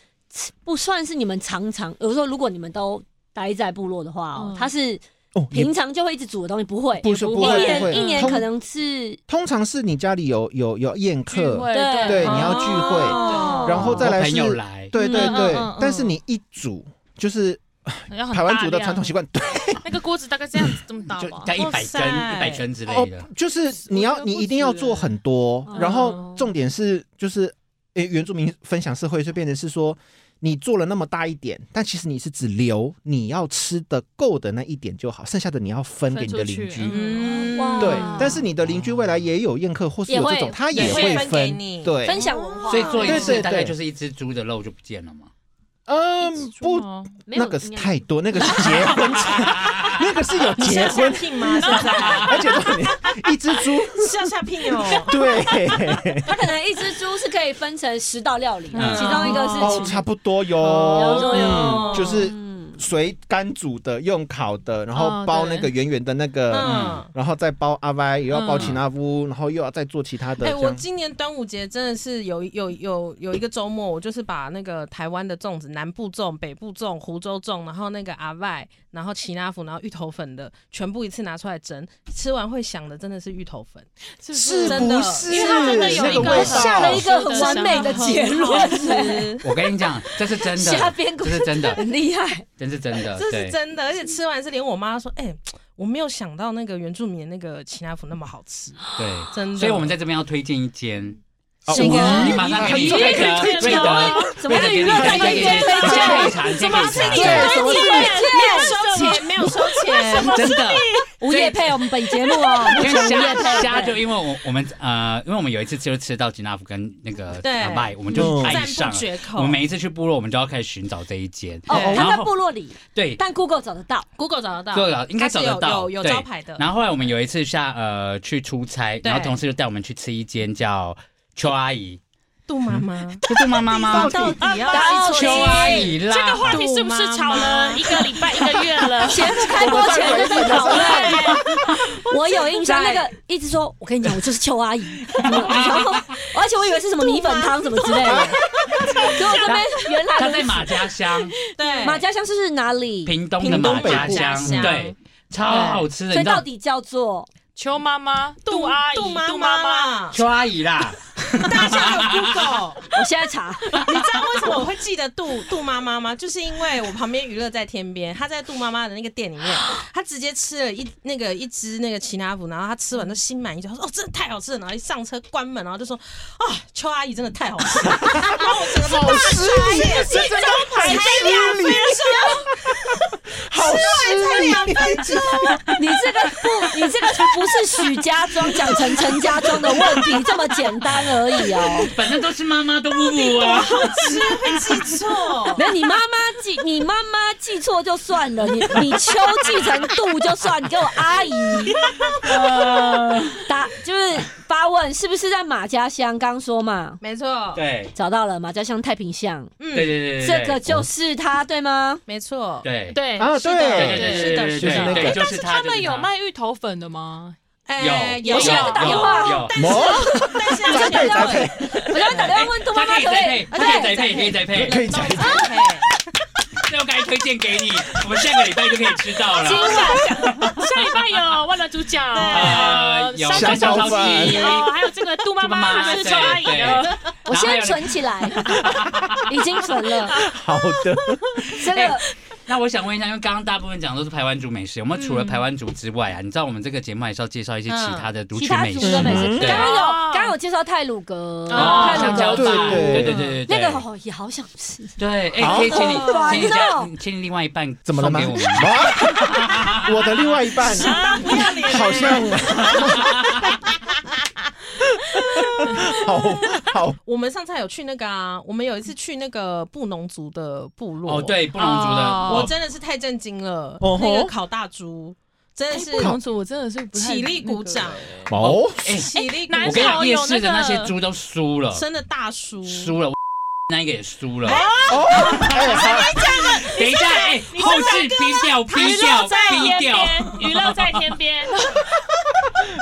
Speaker 1: 不算是你们常常，有时候如果你们都待在部落的话、哦
Speaker 5: 嗯
Speaker 1: 它是
Speaker 2: 哦，也
Speaker 1: 平常就会一直煮的东西，不会。
Speaker 2: 不是不
Speaker 5: 不
Speaker 1: 一
Speaker 5: 会
Speaker 2: 会不
Speaker 1: 年
Speaker 2: 会，
Speaker 1: 一年
Speaker 2: 通
Speaker 1: 可能是
Speaker 2: 通常是你家里有有有宴
Speaker 5: 聚
Speaker 2: 客，
Speaker 5: 会
Speaker 2: 对你要
Speaker 5: 哦
Speaker 2: 聚会
Speaker 1: 哦
Speaker 2: 然后再来
Speaker 3: 我
Speaker 2: 是
Speaker 3: 朋友来，
Speaker 2: 对对
Speaker 5: 嗯嗯
Speaker 2: 对，
Speaker 5: 嗯嗯
Speaker 2: 但是你一煮就是
Speaker 5: 要很
Speaker 2: 台湾
Speaker 5: 大
Speaker 2: 族的传统
Speaker 5: 量
Speaker 2: 习惯，对，
Speaker 5: 那个锅子大概这样子这么大
Speaker 3: 就
Speaker 5: 吧，
Speaker 3: 加一百
Speaker 4: 哇
Speaker 3: 根、
Speaker 4: 塞
Speaker 3: 一百根之类
Speaker 2: 哦
Speaker 3: 的，，
Speaker 2: 就是你
Speaker 5: 我
Speaker 2: 要
Speaker 5: 觉得
Speaker 2: 你
Speaker 5: 不
Speaker 2: 一定要
Speaker 5: 止
Speaker 2: 做
Speaker 5: 欸
Speaker 2: 很多，然
Speaker 5: 嗯
Speaker 2: 后重点是就是，诶、原住民分享社会就变成是说。你做了那么大一点，但其实你是只留你要吃的够的那一点就好，剩下的你要分给你的
Speaker 5: 分出去
Speaker 2: 邻居。
Speaker 4: 嗯
Speaker 1: 哇
Speaker 2: 对
Speaker 1: 啊，
Speaker 2: 但是你的邻居未来也有宴客或是
Speaker 1: 也
Speaker 2: 有
Speaker 1: 会
Speaker 2: 这种，他
Speaker 4: 也
Speaker 2: 也
Speaker 4: 会
Speaker 2: 会
Speaker 4: 分给你
Speaker 2: 对，
Speaker 1: 分享文化，
Speaker 3: 所以做一
Speaker 2: 对对
Speaker 3: 次
Speaker 2: 对
Speaker 3: 大概就是一只猪的肉就不见了嘛。
Speaker 2: 嗯，不，
Speaker 5: 哦
Speaker 1: 没有
Speaker 2: 那个是
Speaker 1: 应该
Speaker 2: 太多，那个是结婚前， 那个是有结婚，
Speaker 4: 聘吗？现在
Speaker 2: 而且重点一只 猪，
Speaker 4: 下下聘 哦。
Speaker 2: 对，
Speaker 1: 它可能一只猪是可以分成十道料理，啊
Speaker 3: 嗯
Speaker 1: 其中一个
Speaker 2: 哦，
Speaker 1: 是
Speaker 2: 差不多
Speaker 1: 有
Speaker 2: 哟，
Speaker 1: 有有
Speaker 2: 嗯，就是
Speaker 1: 嗯
Speaker 2: 水干煮的，用烤的，然
Speaker 5: 哦
Speaker 2: 后包
Speaker 5: 对
Speaker 2: 那个圆圆的那个，
Speaker 4: 嗯，
Speaker 2: 然后再包阿歪，也要包
Speaker 5: 嗯
Speaker 2: 奇纳乌，然后又要再做其他的，
Speaker 4: 哎，
Speaker 2: 这
Speaker 4: 我
Speaker 2: 样
Speaker 4: 今年端午节真的是有有有有一个周末，我就是把那个台湾的粽子，南部粽、北部粽、湖州粽，然后那个阿外，然后奇纳福，然后芋头粉的，全部一次拿出来蒸，吃完会想的真的是芋头粉，
Speaker 5: 是
Speaker 2: 是
Speaker 4: 真
Speaker 2: 不
Speaker 4: 的
Speaker 2: 是？
Speaker 5: 因为它真的有
Speaker 2: 那
Speaker 5: 一
Speaker 2: 个
Speaker 5: 个
Speaker 2: 味
Speaker 1: 下了一
Speaker 2: 道，
Speaker 1: 个很完美的结论，
Speaker 4: 吃。
Speaker 3: 我跟你讲，这是真
Speaker 1: 下
Speaker 3: 的，
Speaker 1: 边
Speaker 3: 这是真的，
Speaker 1: 很厉害，
Speaker 3: 这是真的，
Speaker 4: 这
Speaker 3: 对
Speaker 4: 是真的，而且吃完是连我妈说，哎、我没有想到那个原住民的那个奇纳福那么好吃，
Speaker 3: 对。
Speaker 4: 真的。
Speaker 3: 所以我们在这边要推荐一间，
Speaker 2: 哦
Speaker 1: 这个
Speaker 2: 我
Speaker 3: 你马上给你
Speaker 2: 很
Speaker 3: 瑞
Speaker 2: 很
Speaker 3: 德，瑞
Speaker 5: 怎么
Speaker 3: 德，
Speaker 1: 怎么会娱乐
Speaker 3: 瑞
Speaker 1: 在
Speaker 3: 德给
Speaker 1: 一
Speaker 3: 你
Speaker 1: 边推
Speaker 3: 先
Speaker 1: 荐？
Speaker 3: 可以尝，先可以尝，
Speaker 2: 对，什么是
Speaker 4: 没 有收钱，没有收钱。
Speaker 3: 真的。
Speaker 1: 无业配我们本节目哦，
Speaker 3: 因
Speaker 1: 不
Speaker 3: 为
Speaker 1: 准无 业
Speaker 3: 虾
Speaker 1: 配，
Speaker 3: 虾就因为我我们呃，因为我们有一次就吃到吉纳夫跟那个
Speaker 4: 对
Speaker 3: 阿麦，我们就
Speaker 2: 嗯
Speaker 3: 爱
Speaker 4: 赞
Speaker 3: 上
Speaker 4: 不
Speaker 3: 了。
Speaker 4: 绝口。
Speaker 3: 我们每一次去部落，我们就要开始寻找这一间。
Speaker 1: 哦，
Speaker 3: 然
Speaker 1: 他在
Speaker 3: 后
Speaker 1: 部落里，
Speaker 3: 对，
Speaker 1: 但 Google 找得 到，
Speaker 4: Google 找得到，
Speaker 3: 对了，应该
Speaker 4: 它
Speaker 3: 找
Speaker 4: 是
Speaker 3: 得
Speaker 4: 有
Speaker 3: 到，
Speaker 4: 有有
Speaker 3: 对
Speaker 4: 招牌的。
Speaker 3: 然后后来我们有一次下呃去出差，
Speaker 4: 对
Speaker 3: 然后同事就带我们去吃一间叫邱阿姨，
Speaker 4: 杜妈妈，
Speaker 3: 是杜妈妈 吗？
Speaker 4: 到底要
Speaker 1: 到底
Speaker 3: 邱阿姨啦，
Speaker 5: 这个话题是不是吵了一个礼拜、一个月 了？
Speaker 1: 节目开播前就在讨论。 我有印象，那
Speaker 4: 在
Speaker 1: 个一直说，我跟你讲，我就是邱阿姨，然后而且我以为是什么米粉汤什么之类的，结果这边原来
Speaker 3: 她
Speaker 1: 如
Speaker 3: 在
Speaker 1: 此
Speaker 3: 马家乡，
Speaker 4: 对，
Speaker 1: 马家乡是不是哪里？
Speaker 3: 屏东的
Speaker 2: 屏东
Speaker 3: 马
Speaker 2: 北
Speaker 3: 家
Speaker 2: 部
Speaker 3: 乡，
Speaker 4: 乡
Speaker 3: 对，超好吃的，
Speaker 1: 所
Speaker 3: 你
Speaker 1: 以
Speaker 3: 知道
Speaker 1: 到底叫做
Speaker 5: 邱妈妈、杜阿姨、
Speaker 4: 杜妈
Speaker 5: 杜妈妈，
Speaker 4: 妈，
Speaker 3: 邱阿姨啦，
Speaker 4: 大家有 Google，
Speaker 1: 我现在查，
Speaker 4: 你知道为什么我会记得杜杜妈妈吗？就是因为我旁边娱乐在天边，她在杜妈妈的那个店里面，她直接吃了一那个一只那个奇拿福，然后她吃完就心满意足，她说哦，真的太好吃了，然后一上车关门，然后就说啊，邱阿姨真的太好吃了， 然后我整个
Speaker 2: 好失礼，这真的很失礼，好失礼，
Speaker 1: 你这个不，你这个不是许家庄讲成陈家庄的问题这么简单而已哦。
Speaker 3: 反正都是妈妈都不补啊。
Speaker 5: 吃会记错
Speaker 1: 没有，你妈妈记，你妈妈记错就算了，你你秋记成度就算，你给我阿姨， 呃，答就是发问是不是在马家乡？刚说嘛，
Speaker 4: 没错，
Speaker 3: 对
Speaker 1: 找到了马家乡太平巷，
Speaker 3: 对对对对，
Speaker 1: 这
Speaker 3: 对
Speaker 1: 个就是它，对吗？
Speaker 4: 没错，
Speaker 3: 对
Speaker 5: 对
Speaker 2: 啊
Speaker 5: 是的
Speaker 2: 对
Speaker 3: 对对
Speaker 5: 是的，
Speaker 3: 对对
Speaker 5: 是的
Speaker 2: 就是那个
Speaker 5: 哎
Speaker 3: 就
Speaker 5: 但
Speaker 3: 是
Speaker 5: 是
Speaker 3: 他
Speaker 5: 他
Speaker 3: 就是他
Speaker 5: 们有卖芋头粉的吗？
Speaker 4: 哎
Speaker 3: 有
Speaker 4: 有
Speaker 1: 我现在就打电话
Speaker 3: 有有
Speaker 2: 某
Speaker 4: 但是
Speaker 2: 宅配宅配，
Speaker 1: 我要打电话问杜妈妈
Speaker 3: 他可以
Speaker 1: 可不
Speaker 3: 再
Speaker 1: 可以
Speaker 3: 配，？他可以
Speaker 1: 对
Speaker 3: 再配，可以再配，
Speaker 2: 可以讲一讲。
Speaker 3: 这我该推荐给你，我们下个礼拜就可以吃到了。
Speaker 5: 下礼拜有万能主角，
Speaker 3: 啊，有
Speaker 5: 山
Speaker 2: 香
Speaker 5: 东
Speaker 2: 蕉
Speaker 5: 小
Speaker 2: 饭
Speaker 5: 鸡哦，还有这个杜妈 妈，还是邱阿姨
Speaker 3: 对
Speaker 5: 的，
Speaker 1: 我先存起 来，已经存了，
Speaker 2: 好 的，
Speaker 1: 这
Speaker 3: 哎
Speaker 1: 个
Speaker 3: 那我想问一下，因为刚刚大部分讲的都是台湾族美食，我们除了台湾族之外啊，你知道我们这个节目还是要介绍一些其他的族
Speaker 1: 其
Speaker 3: 群
Speaker 1: 他
Speaker 3: 美
Speaker 1: 族
Speaker 3: 食嗯
Speaker 1: 的
Speaker 3: 吗
Speaker 1: 美食，？
Speaker 3: 对
Speaker 1: 刚刚有
Speaker 5: 哦
Speaker 1: 刚刚有介绍泰鲁格，
Speaker 3: 哦，
Speaker 1: 泰
Speaker 3: 香
Speaker 1: 鲁
Speaker 3: 蕉
Speaker 1: 格
Speaker 3: 饭，对
Speaker 2: 对
Speaker 3: 对对对，
Speaker 1: 那个哦也好想吃，
Speaker 3: 对，哎，
Speaker 2: 好
Speaker 3: 可以请你
Speaker 1: 好烦哦，
Speaker 3: 请你家，请你另外一半
Speaker 2: 怎么了吗？
Speaker 3: 送给我们
Speaker 2: 啊 我的另外一半
Speaker 4: 啊
Speaker 2: 好像 好好
Speaker 4: 我们上次还有去那个啊，我们有一次去那个布农族的部落，
Speaker 3: 哦，，对，布农族的，
Speaker 5: 哦
Speaker 4: 我真的是太震惊了，
Speaker 2: 哦吼哎
Speaker 4: 那个烤大猪真的是
Speaker 5: 不同族我真的是不太
Speaker 4: 起立鼓掌，，
Speaker 2: 哦，
Speaker 3: 哎，
Speaker 4: 起立鼓
Speaker 5: 哎
Speaker 3: 我
Speaker 5: 南
Speaker 3: 跟你
Speaker 5: 朝
Speaker 4: 掌，
Speaker 3: 讲，夜市的那些
Speaker 5: 有那个
Speaker 3: 猪都输了，
Speaker 4: 真的大叔，
Speaker 3: 输了，我 那一个也输了。
Speaker 2: 哎，好，
Speaker 3: 等一下，哎，后置逼掉，逼掉，逼掉。
Speaker 5: 边，娱乐在天 边，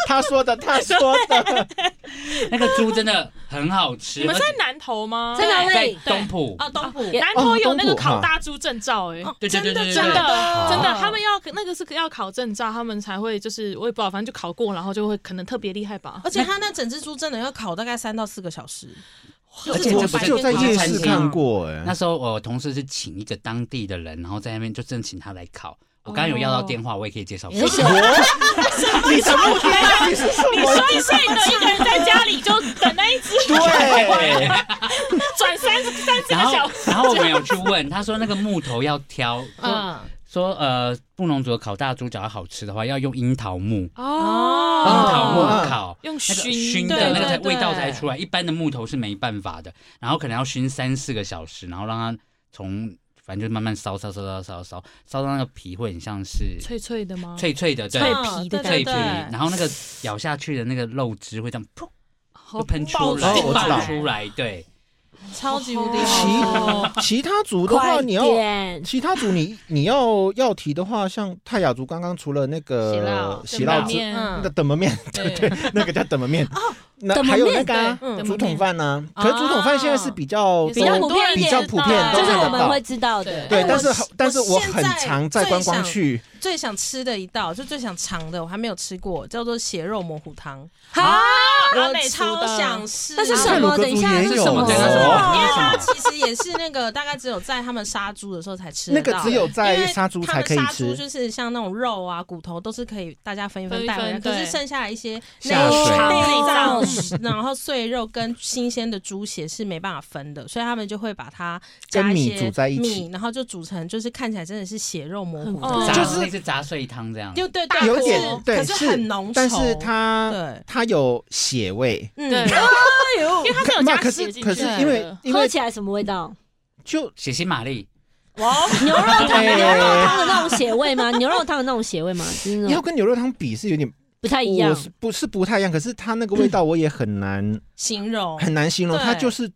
Speaker 2: 他说的，他说的，
Speaker 3: 那个猪真的很好吃。
Speaker 5: 你们在
Speaker 3: 而且
Speaker 5: 南投吗？
Speaker 1: 在哪
Speaker 3: 在
Speaker 1: 里？
Speaker 3: 东埔？
Speaker 5: 哦
Speaker 4: 啊，东埔，
Speaker 1: 也
Speaker 5: 南投有那个烤大猪证照，哎。
Speaker 4: 哦
Speaker 3: 对对对对对
Speaker 5: 真的，真的，
Speaker 4: 哦
Speaker 5: 他们要那个是要考证照，他们才会就是我也不知道，反正就考过，然后就会可能特别厉害吧。
Speaker 4: 而且他那整只猪真的要烤大概三到四个小时，
Speaker 3: 而且
Speaker 2: 我
Speaker 3: 这不
Speaker 2: 只有在夜市看过，
Speaker 3: 那
Speaker 2: 哎，
Speaker 3: 时候我同事是请一个当地的人，然后在那边就正请他来烤。
Speaker 5: 哦
Speaker 3: 我刚刚有要到电话，我也可以 介绍给
Speaker 1: 你
Speaker 3: 你。
Speaker 1: 是
Speaker 2: 我你什么你是什
Speaker 5: 你
Speaker 2: 么？
Speaker 5: 所以所以呢，一个人在家里就等那一只
Speaker 2: 对，
Speaker 5: 转三三十
Speaker 3: 然
Speaker 5: 个小
Speaker 3: 后
Speaker 5: 时，，
Speaker 3: 然后我们有去问，他说那个木头要挑，说
Speaker 4: 嗯，
Speaker 3: 说呃，布农族的烤大猪脚要好吃的话，要用樱桃木，樱
Speaker 5: 哦
Speaker 3: 桃木
Speaker 2: 哦
Speaker 3: 烤。
Speaker 5: 用
Speaker 3: 那个
Speaker 5: 熏
Speaker 3: 熏
Speaker 5: 对
Speaker 3: 的那个才
Speaker 5: 对
Speaker 3: 味道才
Speaker 4: 对
Speaker 3: 出来，一般的木头是没办法的。然后可能要熏三四个小时，然后让它从反正就慢慢烧烧烧烧烧烧烧到那个皮会很像是
Speaker 5: 脆脆的吗？
Speaker 3: 脆脆的，对
Speaker 5: 脆
Speaker 4: 皮的
Speaker 3: 脆
Speaker 4: 感觉
Speaker 3: 皮，
Speaker 4: 嗯对
Speaker 3: 然后那个咬下去的那个肉汁会这样噗
Speaker 5: 好
Speaker 3: 就喷出
Speaker 5: 爆汁
Speaker 3: 来，
Speaker 2: 哦我知道
Speaker 3: 爆出来，对，
Speaker 4: 超级无敌
Speaker 2: 其
Speaker 4: 好吃。
Speaker 2: 其他族的话，
Speaker 1: 快
Speaker 2: 你要
Speaker 1: 点，
Speaker 2: 其他组你你要要提的话，像泰雅族刚刚除了那
Speaker 4: 喜酪
Speaker 2: 个喜
Speaker 5: 冷
Speaker 2: 酪
Speaker 5: 拌
Speaker 2: 之
Speaker 5: 面
Speaker 4: 嗯
Speaker 2: 那等门面， 对对，那个叫等门面。那还有那个啊
Speaker 4: 对嗯
Speaker 2: 竹筒饭呢？可是竹筒饭现在是比较
Speaker 1: 比较
Speaker 2: 多
Speaker 1: 普遍一
Speaker 2: 比
Speaker 1: 点
Speaker 2: 较，普
Speaker 4: 啊
Speaker 2: 遍，
Speaker 1: 就
Speaker 2: 都
Speaker 1: 是
Speaker 2: 看
Speaker 1: 我
Speaker 2: 得
Speaker 1: 们
Speaker 2: 到
Speaker 1: 会。知道的。
Speaker 2: 对，
Speaker 4: 哎
Speaker 2: 但
Speaker 4: 我
Speaker 2: 是
Speaker 4: 是
Speaker 2: 但是我
Speaker 4: 我现
Speaker 2: 很
Speaker 4: 在
Speaker 2: 常在
Speaker 4: 最
Speaker 2: 观光
Speaker 4: 想
Speaker 2: 区，
Speaker 4: 最想吃的一道，就最想尝的，我还没有吃过，叫做血肉模糊汤。
Speaker 1: 好，
Speaker 5: 阿
Speaker 4: 我
Speaker 5: 美族
Speaker 4: 超
Speaker 5: 的
Speaker 4: 想吃，
Speaker 1: 那是
Speaker 2: 泰
Speaker 1: 什
Speaker 2: 鲁
Speaker 1: 么？
Speaker 2: 格
Speaker 1: 等一
Speaker 2: 族
Speaker 1: 下
Speaker 2: 也
Speaker 1: 是
Speaker 2: 有
Speaker 1: 什么
Speaker 3: 对，
Speaker 2: 哦
Speaker 3: 那是
Speaker 1: 啊？
Speaker 3: 我，
Speaker 4: 它
Speaker 3: 那是我。
Speaker 4: 其实也是那个，大概只有在他们杀猪的时候才吃
Speaker 2: 那
Speaker 4: 得
Speaker 2: 个
Speaker 4: 到。
Speaker 2: 只有
Speaker 4: 因
Speaker 2: 在
Speaker 4: 为
Speaker 2: 杀猪
Speaker 4: 他
Speaker 2: 才
Speaker 4: 们
Speaker 2: 可以
Speaker 4: 杀猪
Speaker 2: 吃。
Speaker 4: 就是像那种肉啊、骨头都是可以大家分一
Speaker 5: 分一
Speaker 4: 带回
Speaker 5: 分
Speaker 4: 来，可是
Speaker 5: 对
Speaker 4: 剩下来一些内
Speaker 2: 下水
Speaker 4: 脏
Speaker 1: 哦、
Speaker 5: 嗯
Speaker 4: 然后碎肉跟新鲜的猪血是没办法分的，所以他们就会把它
Speaker 2: 跟
Speaker 4: 加一
Speaker 2: 米
Speaker 4: 些
Speaker 2: 煮在一起
Speaker 4: 米然后就煮成就是看起来真的是血肉模糊
Speaker 5: 哦
Speaker 4: 的，
Speaker 3: 就
Speaker 2: 就是是
Speaker 3: 类似杂碎汤这样，
Speaker 4: 就对对，
Speaker 2: 有
Speaker 4: 可是
Speaker 2: 点对
Speaker 4: 可是很浓稠，
Speaker 2: 但是它
Speaker 4: 对，
Speaker 2: 它有血味，
Speaker 4: 嗯
Speaker 5: 对，因为它是有
Speaker 2: 那
Speaker 5: 加
Speaker 2: 可
Speaker 5: 血
Speaker 2: 是
Speaker 5: 进
Speaker 2: 可
Speaker 5: 去
Speaker 2: 是
Speaker 5: 的，
Speaker 2: 因为因
Speaker 1: 喝
Speaker 2: 为
Speaker 1: 起来什么味道？
Speaker 2: 就
Speaker 3: 血腥玛丽，
Speaker 1: 牛肉汤，
Speaker 2: 哎
Speaker 1: 牛肉汤的那种血味吗？牛肉汤的那种血味吗？就是
Speaker 4: 嗯
Speaker 1: 那
Speaker 2: 要
Speaker 1: 种
Speaker 2: 跟牛肉汤比是有点
Speaker 1: 不太一样
Speaker 2: 我。是不是不太一样？可是它那个味道我也很难
Speaker 4: 形容
Speaker 2: 很难形容，
Speaker 4: 哦对
Speaker 2: 它就是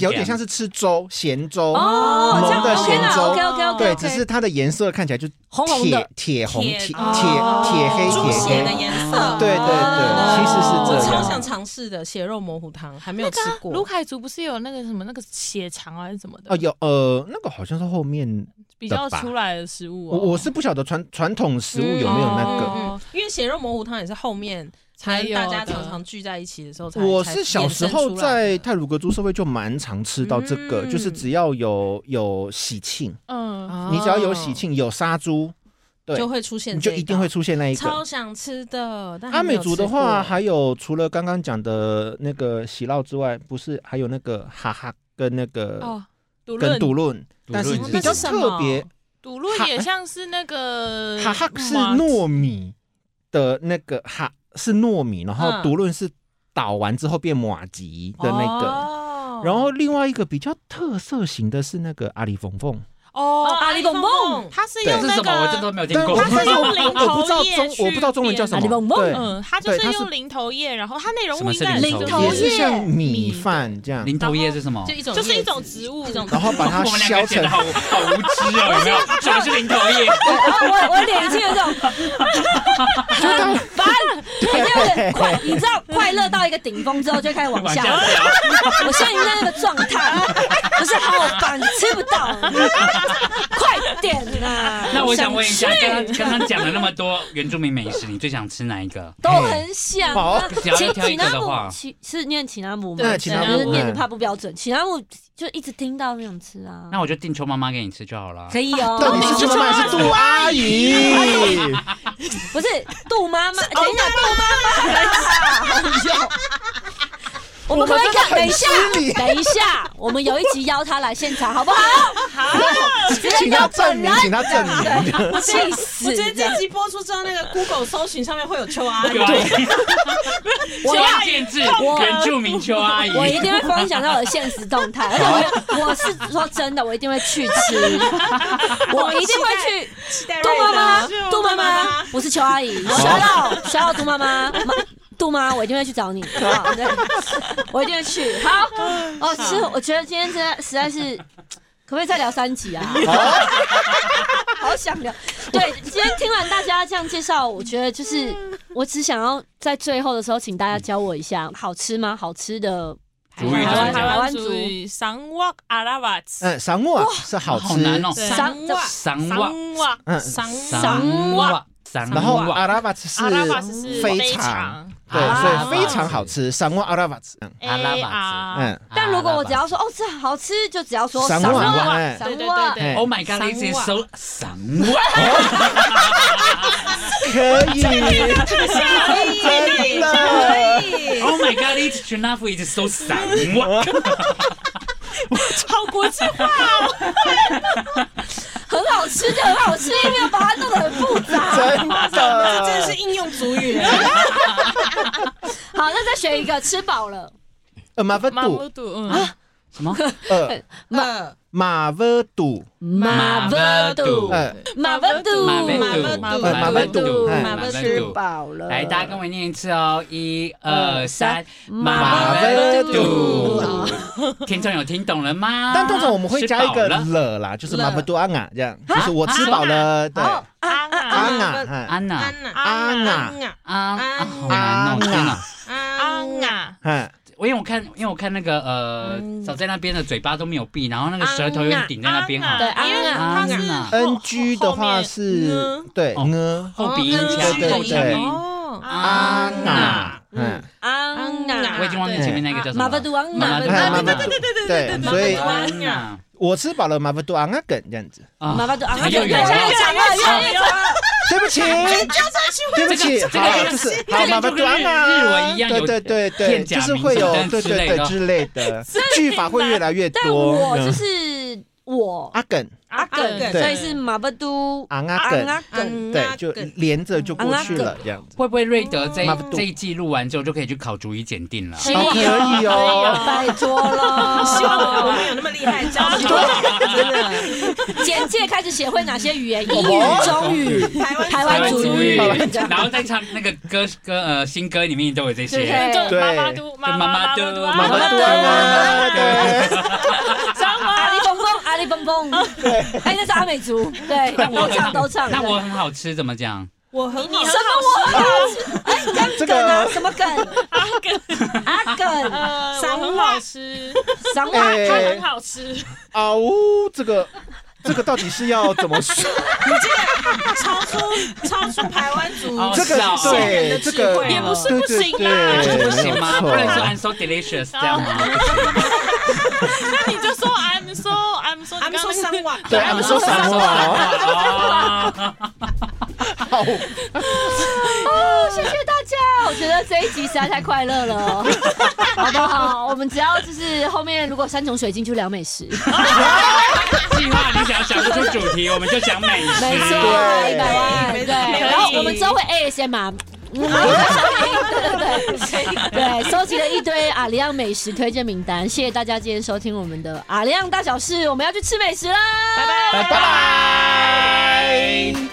Speaker 2: 有点像是吃粥咸粥，
Speaker 1: 哦，这样
Speaker 2: 浓的
Speaker 1: OK
Speaker 2: 咸
Speaker 1: 啦
Speaker 2: 粥
Speaker 1: OK OK OK，
Speaker 2: 对，只是它的颜色看起来就
Speaker 1: 红红的
Speaker 2: 铁。铁红铁铁
Speaker 4: 哦
Speaker 2: 铁黑
Speaker 4: 猪血
Speaker 2: 铁
Speaker 4: 的
Speaker 2: 黑，
Speaker 4: 颜色，
Speaker 2: 对对对，其实
Speaker 4: 我
Speaker 2: 是这
Speaker 4: 超
Speaker 2: 样。
Speaker 4: 想尝试的血肉模糊汤，还没有
Speaker 5: 那
Speaker 4: 吃
Speaker 5: 个啊
Speaker 4: 过。
Speaker 5: 卢凯族不是有那个什么那个血肠啊还是什么的
Speaker 2: 哦，有呃，那个好像是后面，
Speaker 5: 比较出来的食物哦，
Speaker 2: 我我是不晓得传传统食物有没有
Speaker 4: 嗯
Speaker 2: 那个。
Speaker 5: 哦
Speaker 4: 因为血肉模糊汤也是后面
Speaker 5: 才
Speaker 4: 跟
Speaker 5: 有
Speaker 4: 大家
Speaker 5: 的
Speaker 4: 常常聚在一起的时候才，
Speaker 2: 我
Speaker 4: 才
Speaker 2: 是小
Speaker 4: 衍
Speaker 2: 时
Speaker 4: 生
Speaker 2: 候
Speaker 4: 出来
Speaker 2: 在
Speaker 4: 的
Speaker 2: 泰鲁格族社会就蛮常吃到这个，
Speaker 4: 嗯
Speaker 2: 就是只要有有喜庆，
Speaker 4: 哦
Speaker 5: 嗯，
Speaker 2: 你只要有喜，庆有杀猪，对
Speaker 4: 就会出现
Speaker 2: 你
Speaker 4: 这
Speaker 2: 就
Speaker 4: 道，
Speaker 2: 一定会出现那一个。
Speaker 4: 超想吃的。但还
Speaker 2: 阿
Speaker 4: 没
Speaker 2: 美
Speaker 4: 有
Speaker 2: 族的
Speaker 4: 吃过
Speaker 2: 话，还有除了刚刚讲的那个喜酪之外，不是还有那个哈哈跟那个
Speaker 5: 哦，独
Speaker 2: 跟
Speaker 5: 论
Speaker 2: 独论，但是
Speaker 3: 独论
Speaker 2: 比较
Speaker 4: 是什么
Speaker 2: 特别，
Speaker 4: 哎
Speaker 5: 嗯独论也像是那个
Speaker 2: 哈哈是
Speaker 5: 麻
Speaker 2: 糯米，的那个哈是糯米，然后
Speaker 5: 哦
Speaker 4: 嗯
Speaker 2: 独论是捣完之后变马吉的那个。
Speaker 4: 哦
Speaker 2: 然后另外一个比较特色型的是那个阿里缝缝，
Speaker 5: 哦，
Speaker 1: 阿里蹦蹦，
Speaker 5: 它是
Speaker 3: 这
Speaker 5: 用
Speaker 3: 是
Speaker 5: 那
Speaker 3: 什么？我这
Speaker 5: 个
Speaker 3: 都没有听
Speaker 2: 但
Speaker 3: 过
Speaker 2: 我。但是我
Speaker 5: 它是用
Speaker 2: 我我不知道
Speaker 5: 零头叶
Speaker 2: 中我不知道中文叫什
Speaker 1: 去变
Speaker 2: 么，
Speaker 1: 的
Speaker 2: 对，
Speaker 5: 嗯，它就
Speaker 2: 对它
Speaker 5: 是
Speaker 2: 是
Speaker 5: 用零头叶，然后它内容
Speaker 3: 什
Speaker 5: 物
Speaker 3: 么
Speaker 5: 应
Speaker 3: 是
Speaker 5: 该
Speaker 3: 零
Speaker 1: 头
Speaker 5: 头
Speaker 1: 叶
Speaker 2: 也是像米饭这样，
Speaker 3: 零头叶是什么？
Speaker 4: 就一种
Speaker 5: 就是
Speaker 4: 叶
Speaker 5: 一种
Speaker 4: 子
Speaker 5: 植物
Speaker 4: 一种
Speaker 2: 然后把它
Speaker 3: 我们两
Speaker 2: 削
Speaker 3: 个剪
Speaker 2: 成
Speaker 3: 得好好无知哦，有没有？什么是零头叶？
Speaker 1: 我我我脸已经有这种， 烦，已经有点快，你知道快乐到一个顶峰之后就开始往
Speaker 3: 往
Speaker 1: 下
Speaker 3: 下
Speaker 1: 掉，
Speaker 3: 掉。
Speaker 1: 我现在已经在那个状态，可是好烦，吃不到，快点呐！
Speaker 3: 那我想问一下，
Speaker 1: 去
Speaker 3: 刚刚刚刚讲了那么多原住民美食，你最想吃哪一个？
Speaker 1: 都很想啊
Speaker 2: 好。
Speaker 3: 只要
Speaker 1: 其
Speaker 3: 挑一
Speaker 1: 其
Speaker 3: 个
Speaker 1: 他
Speaker 3: 的
Speaker 1: 姆
Speaker 3: 话，
Speaker 1: 其是念其他姆吗？
Speaker 2: 那
Speaker 5: 对
Speaker 2: 其他
Speaker 1: 就是
Speaker 2: 部
Speaker 1: 念的
Speaker 2: 分
Speaker 1: 怕不标准，其他姆就一直听到那种吃啊，
Speaker 3: 那我就订邱妈妈给你吃就好了。
Speaker 1: 可以哦。
Speaker 2: 到底是
Speaker 5: 就
Speaker 2: 什么
Speaker 5: 是
Speaker 2: 还是杜阿姨？
Speaker 5: 哦
Speaker 1: 不是杜妈妈，等一下，杜妈妈， 我们可不可以看？等一下， 等一下，我们有一集邀她来现场，好不好？
Speaker 2: 请他证明，请他证 明。
Speaker 1: 气
Speaker 4: 我
Speaker 1: 死
Speaker 4: 觉得
Speaker 1: 这样
Speaker 4: 这集播出之后，那个 Google 搜寻上面会有邱阿姨
Speaker 3: 对，。
Speaker 1: 我要
Speaker 3: 关键字原住民邱阿姨。
Speaker 1: 我一定会分享到我的现实动态，而且我没有我是说真的，我一定会去 吃，我一定会去。杜妈妈，哦杜妈妈，不是邱阿姨，小到小到杜妈妈，妈杜妈，我一定会去找你，好不好？对，我一定会去。好，哦，其实我觉得今天真的实在是，可不可以再聊三集啊？好想聊。对，今天听完大家这样介绍，我觉得就是我只想要在最后的时候，请大家教我一下，好吃吗？好吃的
Speaker 3: 主语怎么
Speaker 5: 台
Speaker 3: 讲
Speaker 5: 湾台
Speaker 1: 台
Speaker 5: 湾
Speaker 1: 湾
Speaker 5: 族
Speaker 1: 族
Speaker 5: 语桑瓦阿拉瓦茨，
Speaker 2: 嗯，赏我是好
Speaker 3: 好
Speaker 2: 吃，
Speaker 3: 难哦。
Speaker 5: 对
Speaker 1: 桑
Speaker 4: 桑哇
Speaker 3: 桑
Speaker 5: 桑
Speaker 3: 哇
Speaker 5: 瓦
Speaker 2: 嗯
Speaker 4: 桑
Speaker 1: 桑
Speaker 3: 哇桑
Speaker 2: 然后
Speaker 3: 哇，
Speaker 2: 阿拉巴茨
Speaker 5: 阿拉瓦茨
Speaker 2: 是
Speaker 5: 是
Speaker 2: 非常，
Speaker 5: 常
Speaker 2: 对，
Speaker 3: 阿
Speaker 2: 所
Speaker 3: 拉
Speaker 2: 以
Speaker 3: 巴
Speaker 2: 非
Speaker 3: 茨
Speaker 2: 常好吃。赏我阿拉巴茨，嗯
Speaker 5: A
Speaker 3: 阿拉 瓦
Speaker 5: R，
Speaker 2: 嗯，
Speaker 1: 但如果我只要说哦，这好吃，就只要说
Speaker 2: 赏
Speaker 1: 赏
Speaker 2: 我
Speaker 1: 味
Speaker 2: 哎，
Speaker 5: 对对
Speaker 1: 哇
Speaker 5: 对对，
Speaker 3: Oh my God, this is so 桑哇。
Speaker 2: 可以，真的，
Speaker 3: Oh my God, this c h i n a f is so 桑哇。
Speaker 5: 好国际化，
Speaker 1: 很好吃就很好吃，因为要把它弄得很复杂。
Speaker 2: 真
Speaker 4: 这真的
Speaker 2: 的
Speaker 4: 是。应用主语。
Speaker 1: 好，那再选一个，吃饱了，
Speaker 2: 呃，马威
Speaker 5: 马木
Speaker 2: 杜，
Speaker 5: 杜，嗯，
Speaker 3: 什么？
Speaker 2: 呃，
Speaker 4: 马
Speaker 2: 马威杜，
Speaker 1: 马
Speaker 3: 马
Speaker 1: 威
Speaker 3: 威杜
Speaker 1: 度，
Speaker 2: 呃，
Speaker 1: 马威度，
Speaker 3: 马威
Speaker 4: 马
Speaker 3: 杜，
Speaker 2: 马威
Speaker 4: 威杜
Speaker 2: 杜
Speaker 3: 马
Speaker 2: 马
Speaker 3: 威杜
Speaker 1: 吃饱了，
Speaker 3: 来，大家跟我念一次哦，一二
Speaker 1: 二
Speaker 3: 三
Speaker 1: 呃三，
Speaker 3: 马
Speaker 2: 威
Speaker 3: 杜
Speaker 1: 啊。
Speaker 3: 听众有听懂了吗？
Speaker 2: 但通常我们会加一个
Speaker 3: 吃饱了
Speaker 2: 了啦，就是
Speaker 4: 了
Speaker 2: 马布多安啊，这样，就是我吃饱了，对，安
Speaker 5: 安啊
Speaker 4: 啊
Speaker 2: 啊，哎
Speaker 3: 安娜
Speaker 4: 安娜
Speaker 2: 安啊，
Speaker 4: 安娜
Speaker 3: 啊啊，好难哦，
Speaker 2: 安
Speaker 3: 天哪
Speaker 2: 啊！，
Speaker 4: 安
Speaker 5: 安
Speaker 4: 娜，
Speaker 5: 啊，
Speaker 2: 哎，
Speaker 3: 我因为我看，因为我看那个呃，早在那边的嘴巴都没有闭，然后那个舌头有点顶在那边哈，
Speaker 1: 对
Speaker 5: 因为它
Speaker 3: 安
Speaker 5: 是
Speaker 3: 娜
Speaker 2: NG 的话
Speaker 5: 后
Speaker 2: 是
Speaker 5: 面，
Speaker 2: 对，
Speaker 3: 哦
Speaker 2: 呢，
Speaker 3: 后鼻音
Speaker 2: 对
Speaker 3: 腔，
Speaker 2: 对
Speaker 3: 后腔
Speaker 2: 对
Speaker 3: 音。
Speaker 4: 哦
Speaker 3: 安娜，
Speaker 2: 嗯，
Speaker 1: 安
Speaker 4: 安
Speaker 1: 娜
Speaker 3: 我已经忘记前面那个叫什
Speaker 1: 马
Speaker 3: 么
Speaker 1: 威
Speaker 3: 了。
Speaker 1: 度安娜，
Speaker 3: 对
Speaker 2: 哎马
Speaker 3: 马威
Speaker 2: 布
Speaker 3: 杜
Speaker 2: 杜，
Speaker 4: 对
Speaker 2: 对，所以
Speaker 3: 安娜
Speaker 2: 我吃饱了马布多安啊梗这样子，
Speaker 3: 啊
Speaker 1: 马威度啊安娜，
Speaker 3: 又
Speaker 1: 越
Speaker 3: 有
Speaker 1: 来
Speaker 3: 了
Speaker 1: 越长了，越来越长了。
Speaker 2: 对不起，对不起，好，就是
Speaker 3: 哎
Speaker 2: 好马布多安啊，对对对对，就是会有对对对之类的句法会越来越
Speaker 1: 但
Speaker 2: 多，
Speaker 1: 我就是我
Speaker 2: 阿梗
Speaker 5: 阿
Speaker 4: 梗
Speaker 5: 梗，
Speaker 2: 对
Speaker 1: 所以是马巴都
Speaker 2: 昂阿
Speaker 1: 安
Speaker 2: 梗，
Speaker 1: 阿啊梗。
Speaker 2: 对，
Speaker 4: 啊
Speaker 2: 就连着就过去了这样子，
Speaker 3: 会不会瑞德这一
Speaker 2: 马布杜
Speaker 3: 这一季录完之后就可以去考主语检定了？
Speaker 2: 好可以哦，
Speaker 1: 哎拜托了，
Speaker 4: 希望我们有那么厉害，教授真的
Speaker 1: 简介开始写会哪些语
Speaker 2: 哦
Speaker 1: 言？英语、中语、
Speaker 4: 台湾
Speaker 1: 台
Speaker 3: 台
Speaker 1: 湾
Speaker 3: 湾
Speaker 1: 主
Speaker 3: 主
Speaker 1: 语
Speaker 3: 语，
Speaker 1: 这样
Speaker 3: 然后再唱那个歌歌呃新歌里面都有这
Speaker 1: 对
Speaker 3: 些。
Speaker 5: 就妈妈嘟，妈妈嘟，
Speaker 2: 马
Speaker 5: 妈
Speaker 2: 布
Speaker 5: 妈
Speaker 2: 多安啊，对，
Speaker 5: 桑
Speaker 1: 阿
Speaker 5: 瓦
Speaker 1: 里蹦蹦，阿里蹦蹦，哎，那是阿美族，对，都唱都唱。
Speaker 3: 那我很好吃怎么讲？
Speaker 4: 我很好
Speaker 5: 你
Speaker 1: 什么我？哎，
Speaker 2: 这
Speaker 1: 梗啊，
Speaker 2: 个
Speaker 1: 什么梗？
Speaker 5: 阿梗，
Speaker 1: 阿梗，
Speaker 5: 呃，
Speaker 4: 桑
Speaker 5: 我很
Speaker 4: 瓦
Speaker 5: 好吃，
Speaker 1: 什么？
Speaker 5: 它
Speaker 2: 哎
Speaker 5: 很，好吃，
Speaker 2: 啊呜，这个这个到底是要怎么说？
Speaker 4: 超出超出台湾
Speaker 5: 嗯
Speaker 4: 族
Speaker 3: 哦
Speaker 2: 这个
Speaker 3: 是哦
Speaker 2: 对，这个
Speaker 5: 也不是不行啊
Speaker 2: 对对
Speaker 3: 不行吗？不
Speaker 2: 没
Speaker 3: 能
Speaker 2: 有
Speaker 3: 说
Speaker 2: 错
Speaker 3: I'm so delicious 这样吗？
Speaker 5: 那 你就说 I'm so I'm so，
Speaker 3: 哦
Speaker 4: 他们说桑瓦，
Speaker 2: 对，他们说
Speaker 3: 什
Speaker 2: 什么？
Speaker 3: 么？
Speaker 2: 好，
Speaker 1: 哦，谢谢大家！我觉得这一集实在太快乐了，好不好？我们只要就是后面如果山穷水尽就聊美食，
Speaker 3: 哦 计划你想想不出主题，我们就讲美食。
Speaker 1: 没错，
Speaker 2: 对
Speaker 1: 一百万，
Speaker 4: 没
Speaker 1: 对。
Speaker 4: 错可以
Speaker 1: 然后我们之后会 ASMR。嗯对对对对，收集了一堆阿里样美食推荐名单，谢谢大家今天收听我们的阿里样大小事，我们要去吃美食啦，拜拜。
Speaker 2: 拜拜。